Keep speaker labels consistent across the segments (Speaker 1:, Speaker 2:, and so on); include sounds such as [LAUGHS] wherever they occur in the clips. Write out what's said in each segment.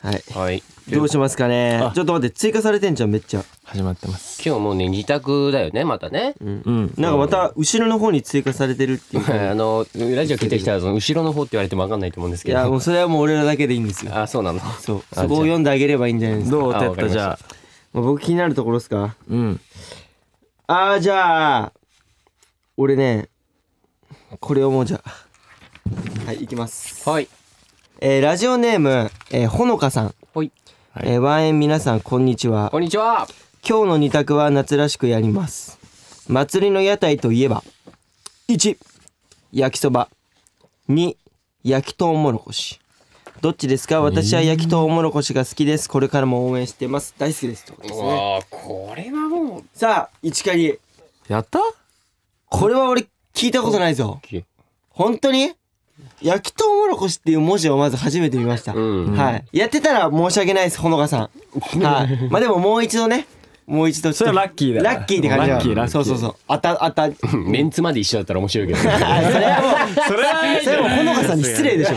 Speaker 1: はい。
Speaker 2: はい。
Speaker 1: どうしますかね
Speaker 2: あ
Speaker 1: ちょっと待って、追加されてんじゃん、めっちゃ。
Speaker 3: 始まってます
Speaker 2: 今日もうね、二択だよね、またね。
Speaker 3: うん
Speaker 1: なんかまた、後ろの方に追加されてるっていう。
Speaker 2: [LAUGHS] あの、ラジオ聞いてきたら、その後ろの方って言われてもわかんないと思うんです
Speaker 1: い
Speaker 2: け
Speaker 1: や、も
Speaker 2: ど。
Speaker 1: うそれはもう俺らだけでいいんですよ。
Speaker 2: あ、そうなの。
Speaker 1: そう。
Speaker 2: あ
Speaker 1: そこを読んであげればいいんじゃないですか。
Speaker 3: どう
Speaker 2: あ
Speaker 3: てっ
Speaker 2: わかりま
Speaker 3: た
Speaker 2: し
Speaker 3: じ
Speaker 2: た
Speaker 3: ゃあ
Speaker 1: まあ僕気になるところですか
Speaker 3: うん
Speaker 1: あー、じゃあ、俺ね、これをもうじゃあ。はい、いきます。
Speaker 2: はい。
Speaker 1: えー、ラジオネーム、えー、ほのかさん。
Speaker 2: はい。
Speaker 3: はい
Speaker 1: えー、ワンエン皆さん、こんにちは。
Speaker 2: こんにちは。
Speaker 1: 今日の二択は夏らしくやります祭りの屋台といえば1焼きそば2焼きとうもろこしどっちですか私は焼きとうもろこしが好きですこれからも応援してます大好きですってことですね
Speaker 2: あ、これはもう。
Speaker 1: さあ一かり
Speaker 3: やった
Speaker 1: これは俺聞いたことないぞ本当に焼きとうもろこしっていう文字をまず初めて見ました、
Speaker 2: うん。
Speaker 1: はいやってたら申し訳ないですほのかさ
Speaker 2: [LAUGHS]
Speaker 1: んはいまあでももう一度ねもう一度
Speaker 3: それはラッキーだ
Speaker 1: ラッキーって感じだ
Speaker 3: ラッキーラッキー
Speaker 1: そうそうそうあたあた
Speaker 2: [LAUGHS] メンツまで一緒だったら面白いけど
Speaker 1: [LAUGHS]
Speaker 2: ね。
Speaker 1: あそれはもう
Speaker 3: それは
Speaker 1: それはもうほのかさんに失礼でしょ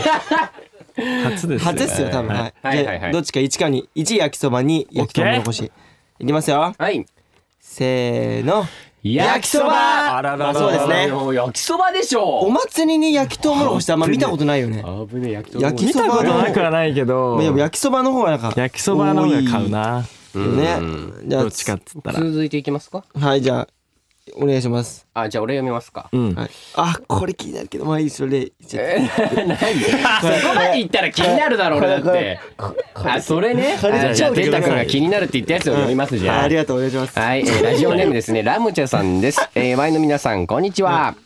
Speaker 3: 初です
Speaker 1: 初っすよ多分はい、
Speaker 2: はい
Speaker 1: じゃあ
Speaker 2: はいはい
Speaker 1: どっちか1かに1焼きそばに焼きとうもろこしいきますよ
Speaker 2: はい。
Speaker 1: せーの
Speaker 2: 焼きそば。
Speaker 3: あらららら
Speaker 1: そうですね
Speaker 2: もう焼きそばでし
Speaker 1: お
Speaker 2: ょ
Speaker 1: 祭りに焼きとうもろこしってあんま見たことないよね
Speaker 2: あぶねえ、焼き
Speaker 1: 焼き
Speaker 3: 見
Speaker 1: そ
Speaker 3: た
Speaker 1: ば
Speaker 3: こと
Speaker 1: の
Speaker 3: なくはないけど
Speaker 1: でも焼きそばの方がなんか
Speaker 3: 焼きそばの方が買うな
Speaker 1: 多いよねじゃあ
Speaker 3: どっちかっつったら
Speaker 2: 続いていきますか。
Speaker 1: はいじゃあお願いします、
Speaker 2: あ、じゃあ俺読みますか。
Speaker 3: うん
Speaker 1: はい、あこれ気になるけどまあいいそれいっちゃって
Speaker 2: なんでそこまで言ったら気になるだろう俺だって。あ、それね。
Speaker 1: これ
Speaker 2: あじゃあ、哲太君が気になるって言ったやつを読みますじ
Speaker 1: はい
Speaker 2: ゃ
Speaker 1: あ
Speaker 2: あ
Speaker 1: り。がとうお願いします
Speaker 2: はい、えーラジオネームですね、ラムチェさんです。えー、ワイの皆さん、こんにちは。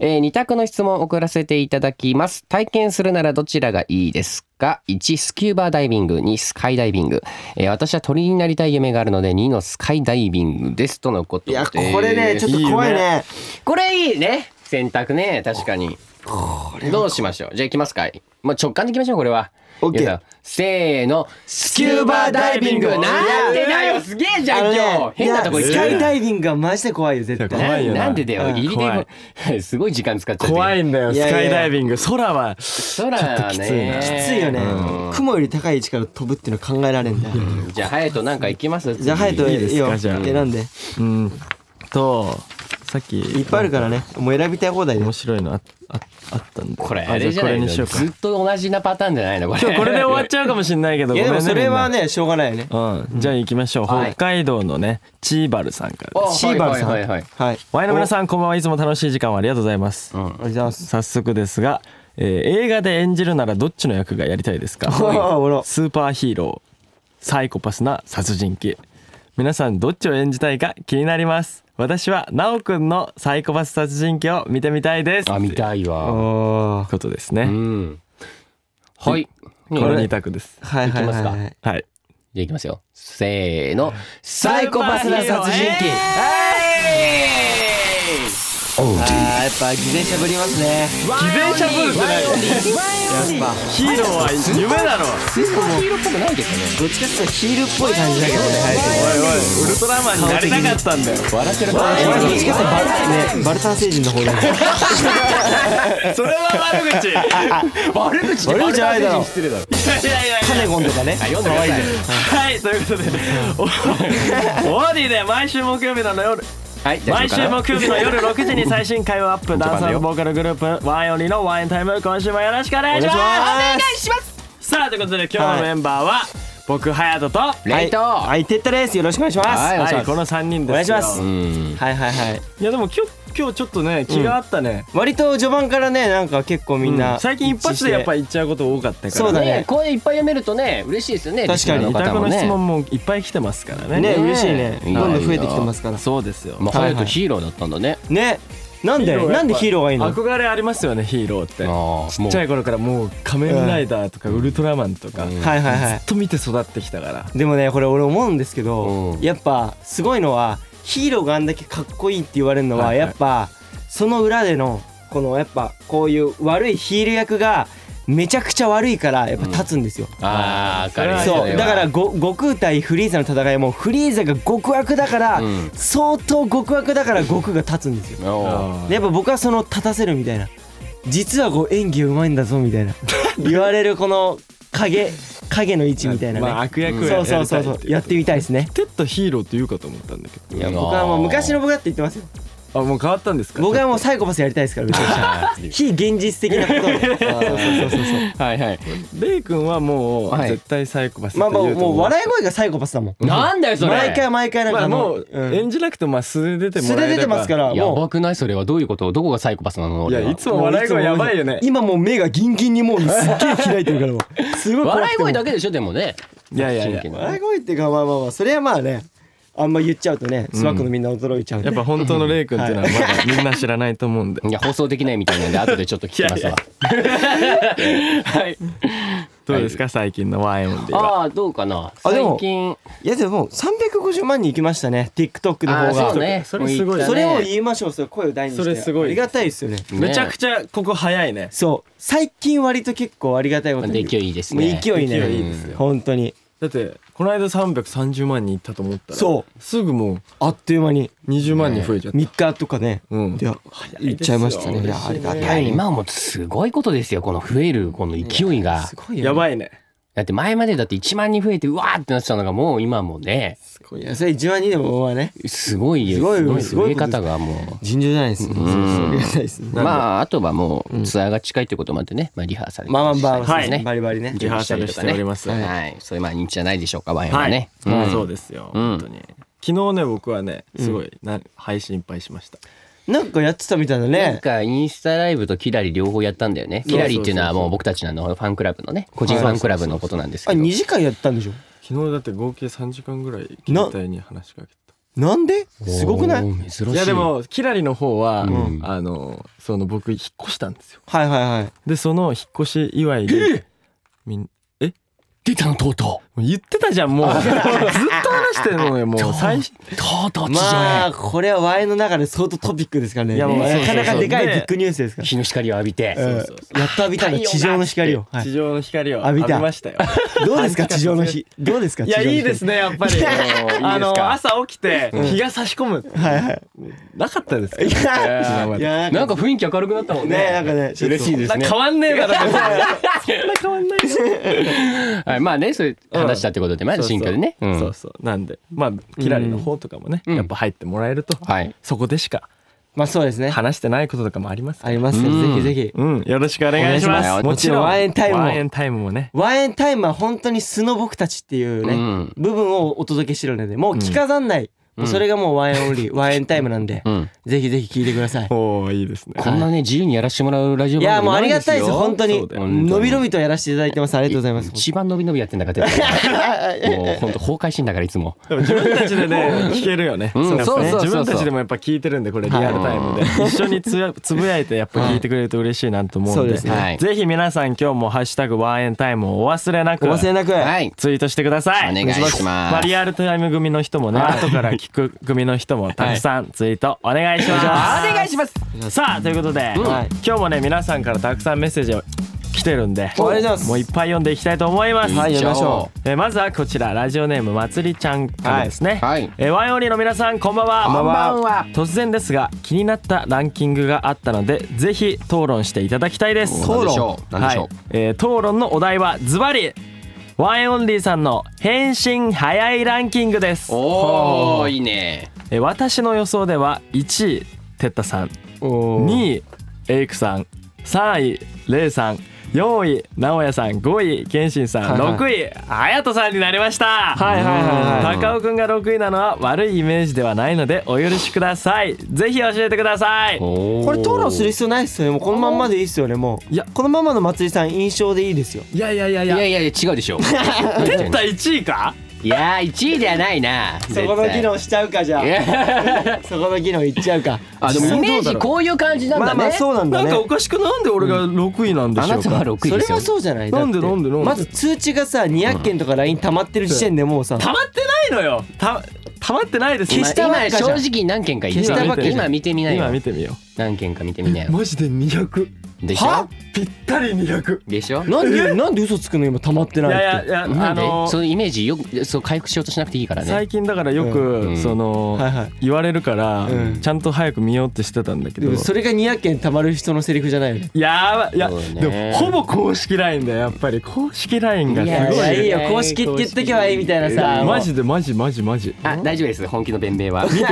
Speaker 2: えー、二択の質問を送らせていただきます。体験するならどちらがいいですか ?1、スキューバーダイビング。2、スカイダイビング。えー、私は鳥になりたい夢があるので、2のスカイダイビングです。とのこと
Speaker 1: い
Speaker 2: で
Speaker 1: や
Speaker 2: す。
Speaker 1: これねちょっと怖いね
Speaker 3: いい
Speaker 2: これいいね。選択ね、確かに。
Speaker 1: これ
Speaker 2: どうしましょうじゃあ行きますか。まあ、直感で行きましょう、これは。
Speaker 1: オッケー
Speaker 2: 皆さんせーの、スキューバーダイビングなんでだよすげえじ
Speaker 1: あ
Speaker 2: ゃ
Speaker 1: の
Speaker 2: ん、
Speaker 1: ね
Speaker 2: 今日変なとこ行っ
Speaker 1: いやス
Speaker 2: ちゃ
Speaker 1: カ
Speaker 2: う
Speaker 1: イダイビングはマジで怖いよ絶対
Speaker 3: いや怖いよな
Speaker 2: なんでだよ、
Speaker 1: うん
Speaker 2: 入り
Speaker 3: 怖
Speaker 2: ですごい時間使っちゃって
Speaker 3: 怖いんだよ
Speaker 1: いや
Speaker 3: ス
Speaker 1: いや
Speaker 3: カイダイビング空
Speaker 2: 空は
Speaker 3: はちょっときつい
Speaker 2: ね
Speaker 3: な
Speaker 1: きついよね
Speaker 2: うん
Speaker 1: 雲より高い位置から飛ぶっていうの考えられんだよ
Speaker 2: じゃあ隼人なんか行きます
Speaker 1: じゃあ隼人
Speaker 3: いいですか
Speaker 1: よ
Speaker 3: じゃあ
Speaker 1: 選んで
Speaker 3: うんとさっき
Speaker 1: いっぱいあるからねもう選びたい放題で
Speaker 3: 面白いのあああったんで
Speaker 2: これあれじゃない
Speaker 3: これ
Speaker 2: の
Speaker 3: にし
Speaker 2: ず
Speaker 3: よ
Speaker 2: っ
Speaker 3: うか
Speaker 2: と同じなパターンじゃないのこれ [LAUGHS]
Speaker 3: 今日これで終わっちゃうかもしれないけど
Speaker 1: いやでもそれは
Speaker 3: ね
Speaker 1: ねしょうがないよね
Speaker 3: うん、じゃあ行きましょう、
Speaker 2: はい
Speaker 3: 北海道のねチーバルさんから
Speaker 2: お
Speaker 3: です
Speaker 1: シーバルさん
Speaker 2: はいはいはい
Speaker 1: はい
Speaker 3: ワイの皆さんこんばんはいつも楽しい時間をありがとうございます、
Speaker 2: う
Speaker 1: あ
Speaker 2: ん
Speaker 1: りがとうございます
Speaker 3: 早速ですが、えー映画で演じるならどっちの役がやりたいですか
Speaker 1: おーおもろ
Speaker 3: スーパーヒーローサイコパスな殺人鬼皆さんどっちを演じたいか気になります私はなおくんのサイコパス殺人鬼を見てみたいです
Speaker 2: あ見
Speaker 3: とい
Speaker 2: たいわ
Speaker 1: お
Speaker 3: うことです
Speaker 2: う
Speaker 3: ね
Speaker 2: んはいこ
Speaker 3: こ
Speaker 2: れ
Speaker 3: の
Speaker 2: じゃ
Speaker 3: 二択です
Speaker 1: はいはい
Speaker 2: 行
Speaker 1: は
Speaker 2: きます
Speaker 1: い
Speaker 2: か
Speaker 1: はい
Speaker 3: はい
Speaker 2: あ行きますよせーのサイコパスな殺人鬼
Speaker 3: スーパーヒーロー
Speaker 1: あーやっぱ自転車ぶりますね
Speaker 3: 偽善者ブルってな
Speaker 1: や
Speaker 3: い
Speaker 1: っぱ
Speaker 3: ヒーローは夢だろ
Speaker 2: スーパーヒーローっぽくないけどね
Speaker 1: どっちかっていうとヒールっぽい感じだけどね
Speaker 3: おいおいウルトラマンになりたかったんだよ
Speaker 2: 笑ってる
Speaker 1: 俺どっちかっていうとバルねバルタン星人の方だね
Speaker 3: それは悪口いや
Speaker 2: 悪口で
Speaker 1: 悪口じゃないだろ
Speaker 2: 悪口失礼だろ
Speaker 3: いやいや
Speaker 1: カネゴンとかね
Speaker 2: あ読んでください
Speaker 3: はい、ということで、お [LAUGHS] オーディで毎週木曜日の夜、
Speaker 2: はい大
Speaker 3: 毎
Speaker 2: 丈夫か
Speaker 3: 週
Speaker 2: な
Speaker 3: 木曜日の夜6時に最新回をアップ、ダンサーボーカルグループ、ワンオリのワインタイム、今週もよろしくお願いします。
Speaker 1: お願い
Speaker 3: しますさあ、ということで今日のメンバーは、僕、隼人と、
Speaker 1: は
Speaker 2: レイ
Speaker 1: い
Speaker 2: ト
Speaker 1: は
Speaker 2: はい
Speaker 1: てったですよろしくお願いします
Speaker 2: はお願いします
Speaker 3: この3人ですよ。
Speaker 1: お願いします
Speaker 2: うん
Speaker 1: はいはいはい
Speaker 3: いや、でも今日、今日ちょっとね、気があったね。
Speaker 1: 割と序盤からねなんか結構みんな、
Speaker 3: 最近一発でやっぱ言っちゃうこと多かったから。
Speaker 1: そうだね
Speaker 2: ね、声いっぱい読めるとね嬉しいですよね
Speaker 1: 確かに
Speaker 2: リス
Speaker 3: 委
Speaker 2: ナーの
Speaker 3: 託
Speaker 2: 方も
Speaker 3: の
Speaker 2: ね
Speaker 3: 質問もいっぱい来てますからね。
Speaker 1: ね
Speaker 2: え
Speaker 1: 嬉しいね
Speaker 2: いい
Speaker 1: どん
Speaker 2: な
Speaker 1: どん増えてきてますから
Speaker 3: そうですよ。
Speaker 2: まあ、
Speaker 1: はいはい
Speaker 2: 隼人ヒーローだったんだね
Speaker 1: ねなんでなんでヒーローがいいの
Speaker 3: 憧れありますよね、ヒーローって。
Speaker 2: ああ
Speaker 3: ちっちゃい頃からもう仮面ライダーとかウルトラマンとか、
Speaker 2: うん
Speaker 3: ずっ
Speaker 1: はいはいは
Speaker 3: と見て育ってきたから
Speaker 1: いでもねこれ俺思うんですけど、
Speaker 2: うん
Speaker 1: やっぱすごいのはヒーローがあんだけかっこいいって言われるのは、
Speaker 3: はいはい
Speaker 1: やっぱその裏でのこのやっぱこういう悪いヒール役がめちゃくちゃ悪いからやっぱ立つんですよ、
Speaker 2: あー明るい
Speaker 3: うん
Speaker 2: ね
Speaker 1: そ
Speaker 2: れ
Speaker 1: う
Speaker 2: は
Speaker 1: だからご悟空対フリーザの戦いもフリーザが極悪だから、
Speaker 2: うん
Speaker 1: 相当極悪だから悟空が立つんですよ
Speaker 2: おう
Speaker 1: でやっぱ僕はその立たせるみたいな実はこう演技うまいんだぞみたいな言われるこの影影の位置みたいなね、
Speaker 3: まあ悪役を
Speaker 1: そ
Speaker 3: や
Speaker 1: うそうそうそうやってみたいですね
Speaker 3: テッドヒーローって言うかと思ったんだけ
Speaker 2: いや
Speaker 1: 僕はもう昔の僕だって言ってますよ
Speaker 3: どあもう変わったんですか
Speaker 1: 僕はもうサイコパスやりたいですからめちゃくちゃ非現実的なことをそうそうそうそう
Speaker 2: はいはい
Speaker 3: レイ君はもう
Speaker 2: はい
Speaker 3: 絶対サイコパス
Speaker 1: まあまあ
Speaker 3: って言と
Speaker 1: も
Speaker 3: 思
Speaker 1: う笑い声がサイコパスだもん
Speaker 2: なんだよそれ
Speaker 1: 毎回毎回なん
Speaker 3: ま
Speaker 1: か
Speaker 3: あ
Speaker 1: あの
Speaker 3: もう
Speaker 1: うん
Speaker 3: 演じなくてもまあ素で出ても
Speaker 1: 素
Speaker 3: らえ
Speaker 1: で
Speaker 3: れば
Speaker 1: 出てますから
Speaker 2: や
Speaker 1: も
Speaker 2: ばくないそれはどういうことどこがサイコパスなの
Speaker 3: いや
Speaker 2: 俺はい
Speaker 3: つも笑い声やばいよね
Speaker 1: う今もう目がギンギンにもうすっげえ開いてるからもうすごい怖くて
Speaker 2: 笑い声だけでしょでもね
Speaker 3: いやいやいや
Speaker 2: 真剣に
Speaker 1: 笑い声っていうかまあまあまあそれはまあねあんま言っちゃうとねスワックのみんな驚いちゃうんで、
Speaker 3: やっぱ本当のレイ君っていうのはまだみんな知らないと思うんで
Speaker 2: いや放送できないみたいなんで後でちょっと聞きますわ [LAUGHS] はい
Speaker 3: どうですか最近のワインでは
Speaker 2: ああどうかな
Speaker 1: あでも
Speaker 2: 最近
Speaker 1: いやでも350万人いきましたね TikTok の方
Speaker 2: あ
Speaker 1: が
Speaker 2: そうね
Speaker 3: それすごい
Speaker 2: もう
Speaker 1: それ
Speaker 2: 行
Speaker 1: を
Speaker 2: ったね
Speaker 1: 言いましょうそれ声を大にして
Speaker 3: それすごい
Speaker 1: ありがたいですよね
Speaker 2: ね
Speaker 3: めちゃくちゃここ早いね
Speaker 1: そう最近割と結構ありがたいことに
Speaker 2: 勢いいいです
Speaker 1: もう
Speaker 2: ね
Speaker 1: 勢いね
Speaker 3: 勢いいいですよ
Speaker 1: 本当に
Speaker 3: だってこの間330万人いったと思ったら
Speaker 1: そう
Speaker 3: すぐも
Speaker 1: あっという間に
Speaker 3: う20万人増えちゃった、
Speaker 1: 3日とかね、
Speaker 3: うん
Speaker 1: いや行っちゃいましたねいやありが
Speaker 2: いや
Speaker 1: たいね
Speaker 2: 今はもうすごいことですよこの増えるこの勢いが
Speaker 1: すごいよね
Speaker 3: やばいね
Speaker 2: だって前までだって1万人増えてうわーってなってたのがもう今もね
Speaker 3: すごい
Speaker 1: いやそれ1万人でもはね
Speaker 2: すごいよ
Speaker 1: すごいよ
Speaker 2: です
Speaker 1: ご
Speaker 2: 増
Speaker 1: い
Speaker 2: え
Speaker 1: ことです
Speaker 2: 方がも
Speaker 1: 尋常じゃないですねありがたいですね
Speaker 2: うまああとはもうツアーが近いということもあってねまあリハーサル
Speaker 1: まあまあまあ、
Speaker 3: はい
Speaker 1: ねバリバリね
Speaker 2: 準
Speaker 3: リハ
Speaker 2: 備
Speaker 3: ー
Speaker 2: したりと
Speaker 3: サルし
Speaker 2: か
Speaker 3: てお
Speaker 2: ね
Speaker 3: ります
Speaker 1: はい
Speaker 2: はいそういうまあ日じゃないでしょうかワイン
Speaker 3: は、
Speaker 2: はいね
Speaker 3: うんそう
Speaker 2: で
Speaker 3: ですよ、
Speaker 2: うん
Speaker 3: 本当に昨日ね僕はねすごいな、配信いっぱいしました
Speaker 1: なんかやってたみたいだ
Speaker 2: なん
Speaker 1: ね
Speaker 2: かインスタライブとキラリ両方やったんだよね
Speaker 3: そ
Speaker 2: キ
Speaker 3: うそうそ
Speaker 2: ラ
Speaker 3: う
Speaker 2: リっていうのはもう僕たちのあのファンクラブのね個人ファンクラブのことなんです
Speaker 1: あ
Speaker 2: けど
Speaker 1: 2時間やったんでしょ
Speaker 3: 昨日だって合計3時間ぐらい携帯に話しかけて
Speaker 1: なんですごくない
Speaker 2: おー珍しい
Speaker 3: たいやでもキラリの方は、
Speaker 2: うん
Speaker 3: あのその僕引っ越したんですよ
Speaker 1: はいはいはい
Speaker 3: でその引っ越し祝いでみん
Speaker 2: 出たのとうと
Speaker 3: もう言ってたじゃんもうずっと話してるのよもう
Speaker 2: う
Speaker 3: 最初
Speaker 2: とうとう地
Speaker 1: ま
Speaker 2: 上へ
Speaker 1: あこれはワイの中で相当トピックですからね
Speaker 3: いやもう
Speaker 1: なかな
Speaker 2: そうそう
Speaker 1: か
Speaker 2: そう
Speaker 1: でかいビ
Speaker 3: で
Speaker 1: ッグニュースですから
Speaker 2: 日の光を浴びて
Speaker 1: うんやっと浴びたの地上の光をはい
Speaker 3: 地上の光を
Speaker 1: 浴
Speaker 3: 浴
Speaker 1: び
Speaker 3: び
Speaker 1: た
Speaker 3: ましたよ
Speaker 1: どうですか地上の日どうですか
Speaker 3: いやいいです
Speaker 1: ね
Speaker 3: ねやっぱりあ
Speaker 2: いいです
Speaker 3: の
Speaker 2: か
Speaker 3: 朝起きて日が差し込む、
Speaker 1: はいはい
Speaker 3: なかったですか
Speaker 1: いや
Speaker 3: い
Speaker 1: いや
Speaker 2: なんか雰囲気明るくなったもんね
Speaker 1: ねなんかね
Speaker 2: 嬉しいですね
Speaker 3: 変わんねえだろ別に
Speaker 2: はい、まあね、そういう話だってことで、まあ新居でね。
Speaker 3: そう
Speaker 2: う
Speaker 3: そう,、
Speaker 2: ん
Speaker 3: そうそうなんでまあキラリの方とかもね、
Speaker 2: うん
Speaker 3: やっぱ入ってもらえると、
Speaker 2: はい。
Speaker 3: そこでしか
Speaker 1: まあそうですね
Speaker 3: 話してないこととかもありますか
Speaker 1: あります
Speaker 2: う
Speaker 1: ね
Speaker 2: ん
Speaker 1: ぜひぜひ
Speaker 3: らうんよろしくお願いしま
Speaker 2: お願いしますす
Speaker 3: もちろん
Speaker 1: ワインタイムも
Speaker 3: ワインタイムもね
Speaker 1: ワインタイムは本当に素の僕たちっていう
Speaker 2: う
Speaker 1: ね
Speaker 2: ん。
Speaker 1: 部分をお届けしてるのでもう着飾んないもうそれがもうワインオンリーワインタイムなんで
Speaker 2: うん。
Speaker 1: ぜひぜひ聞いてください
Speaker 3: おおいいですね
Speaker 2: こんなね、自由にやらしてもらうラジオ
Speaker 1: いや
Speaker 2: 番
Speaker 1: もうあり
Speaker 2: 組なん
Speaker 1: がたいです本当に
Speaker 3: そうだよ
Speaker 1: 伸び伸びとやらせていただいてますありがとうございます
Speaker 2: 一番伸び伸びやってんだから、テレビ
Speaker 1: [LAUGHS]
Speaker 2: もう本当崩壊してんだから、いつも。
Speaker 3: [LAUGHS] でも自分たちでね聞けるよね、
Speaker 2: うん
Speaker 3: やっぱね
Speaker 2: そうそうそうそう
Speaker 3: 自分たちでもやっぱ聞いてるんでこれリアルタイムで、一緒につやつぶやいてやっぱ聞いてくれると嬉しいなと思うんで,、
Speaker 1: はいそうですね
Speaker 2: はい
Speaker 3: ぜひ皆さん今日も「ハッシュタグワンエンタイム」をお忘れなく
Speaker 1: お忘れなく
Speaker 2: はい。
Speaker 3: ツイートしてください
Speaker 2: お願いします
Speaker 3: あリアルタイム組の人もね後から聞く組の人もたくさんツイートお願いします、
Speaker 2: お願いします。
Speaker 3: さあということで、
Speaker 1: はい
Speaker 3: 今日もね皆さんからたくさんメッセージを来てるんで
Speaker 1: お願いします
Speaker 3: もういっぱい読んでいきたいと思います、
Speaker 1: はい読みましょ
Speaker 3: えーまずはこちらラジオネームまつりちゃんからですね、
Speaker 2: はい。
Speaker 3: えーワインオンリーの皆さんこんばんは
Speaker 2: こんばんは
Speaker 3: 突然ですが気になったランキングがあったのでぜひ討論していただきたいです
Speaker 2: おなんでしょうなん
Speaker 3: は
Speaker 2: でしょう
Speaker 3: い、えー討論のお題はズバリワインオンリーさんの返信早いランキングです
Speaker 2: おー、いいね。
Speaker 3: えー私の予想では1位てったさん
Speaker 1: おー
Speaker 3: 2位エイクさん3位レイさん4位直哉さん5位謙信さん、
Speaker 1: はいはい
Speaker 3: 6位隼人さんになりましたは
Speaker 1: は
Speaker 3: い
Speaker 1: いはいはい
Speaker 3: 高尾くんが6位なのは悪いイメージではないのでお許しくださいぜひ教えてください
Speaker 1: こ
Speaker 2: こ
Speaker 1: れ討論する必要ないっすよねもうこのまんまでいいっすよねもう
Speaker 3: いや
Speaker 1: このままのまつりさん印象でいいですよ
Speaker 3: いやいやいやい
Speaker 2: いやいやいや、違う
Speaker 1: [LAUGHS]
Speaker 2: でしょ。
Speaker 3: て
Speaker 2: 絶
Speaker 3: った。1位か
Speaker 2: いやー、1位ではないな。
Speaker 1: そこの
Speaker 2: 絶対
Speaker 1: 技。能しちゃうかじゃ
Speaker 2: い
Speaker 1: あ
Speaker 2: や
Speaker 1: そこの技能いっちゃうか
Speaker 2: あ、でもイメ
Speaker 1: そ
Speaker 2: ー
Speaker 1: う
Speaker 2: ジ
Speaker 1: どうだろ
Speaker 2: こういう感じな
Speaker 1: うんま
Speaker 2: だ
Speaker 1: あまあ
Speaker 2: ね。
Speaker 1: そうなんだ
Speaker 3: なん
Speaker 1: ね
Speaker 3: かおかしくなんで俺が6位なんで
Speaker 2: あ
Speaker 3: しょ
Speaker 2: な
Speaker 3: う
Speaker 2: たは
Speaker 3: か、
Speaker 2: 6位
Speaker 1: そ
Speaker 2: で
Speaker 1: れ
Speaker 2: すよ
Speaker 1: は。そうじゃない
Speaker 3: なんで
Speaker 1: だって
Speaker 3: なんでなんで
Speaker 1: まず通知がさ200件とか LINE 溜まってる時点でもうさ
Speaker 3: たまってないのよたたまってないです
Speaker 1: 消したばっかじゃん
Speaker 2: 今正直何件か言って
Speaker 1: 消した
Speaker 3: ばっかじゃん
Speaker 2: 今見てみなよ
Speaker 3: 今見てみよ
Speaker 2: 何件か見てみな
Speaker 3: う
Speaker 2: よ
Speaker 3: マジで200
Speaker 2: でし
Speaker 1: は
Speaker 2: ょ
Speaker 1: ぴったり200
Speaker 2: でしょ
Speaker 1: なんでなんで嘘つくの今溜まって
Speaker 3: い
Speaker 1: ないって
Speaker 3: やいやいや
Speaker 2: な
Speaker 3: あ
Speaker 2: んで
Speaker 3: の
Speaker 2: そのイメージよくそう回復しようとしなくていいからね
Speaker 3: 最近だからよ
Speaker 2: う
Speaker 3: く
Speaker 2: ん
Speaker 3: そ
Speaker 1: はい
Speaker 3: の
Speaker 1: はい
Speaker 3: 言われるから
Speaker 1: うん
Speaker 3: ちゃんと早く見ようってしてたんだけ
Speaker 1: で
Speaker 3: ど
Speaker 1: もそれが200件溜まる人のセリフじゃないよね
Speaker 3: やばいや
Speaker 2: そうね
Speaker 3: でもほぼ公式 LINE だよやっぱり公式 LINE が
Speaker 2: い
Speaker 3: す
Speaker 2: や
Speaker 3: ご
Speaker 2: いや
Speaker 3: い
Speaker 2: い
Speaker 3: よ
Speaker 2: や
Speaker 3: え
Speaker 2: や
Speaker 3: マジでマジマジマジ
Speaker 2: あ大丈夫です本気の弁明は見て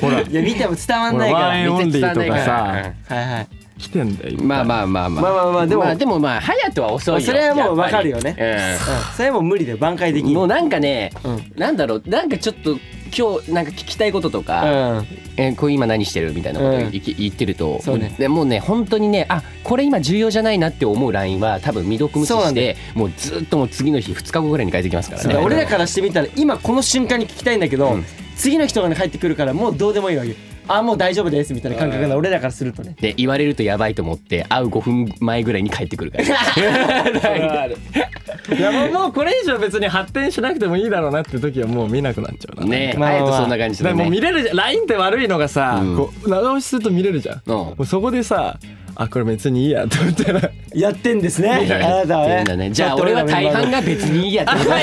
Speaker 3: ほら
Speaker 1: いや見ても伝わんないか
Speaker 3: ほらワ
Speaker 1: ら
Speaker 3: ンエンオンリーとか
Speaker 2: うん
Speaker 3: さ
Speaker 1: はいはい
Speaker 3: 来てんだよ
Speaker 2: まあまあまあまあ
Speaker 1: まあまあまあでも
Speaker 2: でもまあ隼人は遅いよ
Speaker 1: それはもう
Speaker 2: やっぱり
Speaker 1: わかるよねうんそれはもう無理だよ挽回で
Speaker 2: うん
Speaker 1: きん
Speaker 2: もうなんかね
Speaker 1: うん
Speaker 2: なんだろうなんかちょっと今日なんか聞きたいこととか
Speaker 1: うん
Speaker 2: えーこれ今何してるみたいなこと
Speaker 1: うん
Speaker 2: 言い言ってると
Speaker 1: そうね
Speaker 2: でもうね本当にねあこれ今重要じゃないなって思うラインは多分未読無視
Speaker 1: そうな
Speaker 2: し
Speaker 1: んだ
Speaker 2: てもうずっともう次の日2日後ぐらいに帰ってきますから
Speaker 1: だか
Speaker 2: ね
Speaker 1: ら俺らからしてみたら今この瞬間に聞きたいんだけど、
Speaker 2: うん
Speaker 1: 次の人がね帰ってくるからもうどうでもいいわけあもう大丈夫ですみたいな感覚が俺らからするとね
Speaker 2: で言われるとやばいと思って会う5分前ぐらいに帰ってく
Speaker 1: [LAUGHS]
Speaker 2: るから
Speaker 3: いやもうもうこれ以上別に発展しなくてもいいだろうなって時はもう見なくなっちゃうな
Speaker 2: ねえ
Speaker 1: まあまあ
Speaker 2: 隼人そんな感
Speaker 3: だ
Speaker 2: じ
Speaker 3: か
Speaker 2: だ
Speaker 3: らもう
Speaker 2: ね
Speaker 3: 見れるじゃん LINE って悪いのがさ、
Speaker 2: うん
Speaker 3: こう長押しすると見れるじゃん、
Speaker 2: うん
Speaker 3: もうそこでさあこれ別にいいやと思ったら
Speaker 1: やってんですね
Speaker 2: いや
Speaker 1: あなたは
Speaker 2: やってんだ
Speaker 1: ね
Speaker 2: ねじゃあ俺は大半が別にいいやってことだ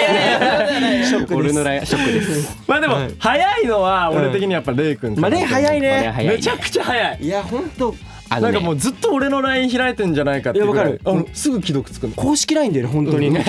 Speaker 1: [LAUGHS]
Speaker 2: ね
Speaker 1: ショックです
Speaker 2: 俺のラインショックです
Speaker 3: まあでも、
Speaker 1: はい
Speaker 3: 早いのは俺的にやっぱレイ君か
Speaker 1: まあ
Speaker 3: な
Speaker 1: ね早い
Speaker 2: 俺は
Speaker 1: ね
Speaker 2: 早いね
Speaker 3: めちゃくちゃ早い
Speaker 1: いやほんと
Speaker 2: あの
Speaker 3: なん
Speaker 2: ね
Speaker 3: かもうずっと俺の LINE 開いてんじゃないかっていうぐら
Speaker 1: い
Speaker 3: い
Speaker 1: やわかる
Speaker 3: あのすぐ既読つくの
Speaker 1: 公式 LINE だよね本当に、ね、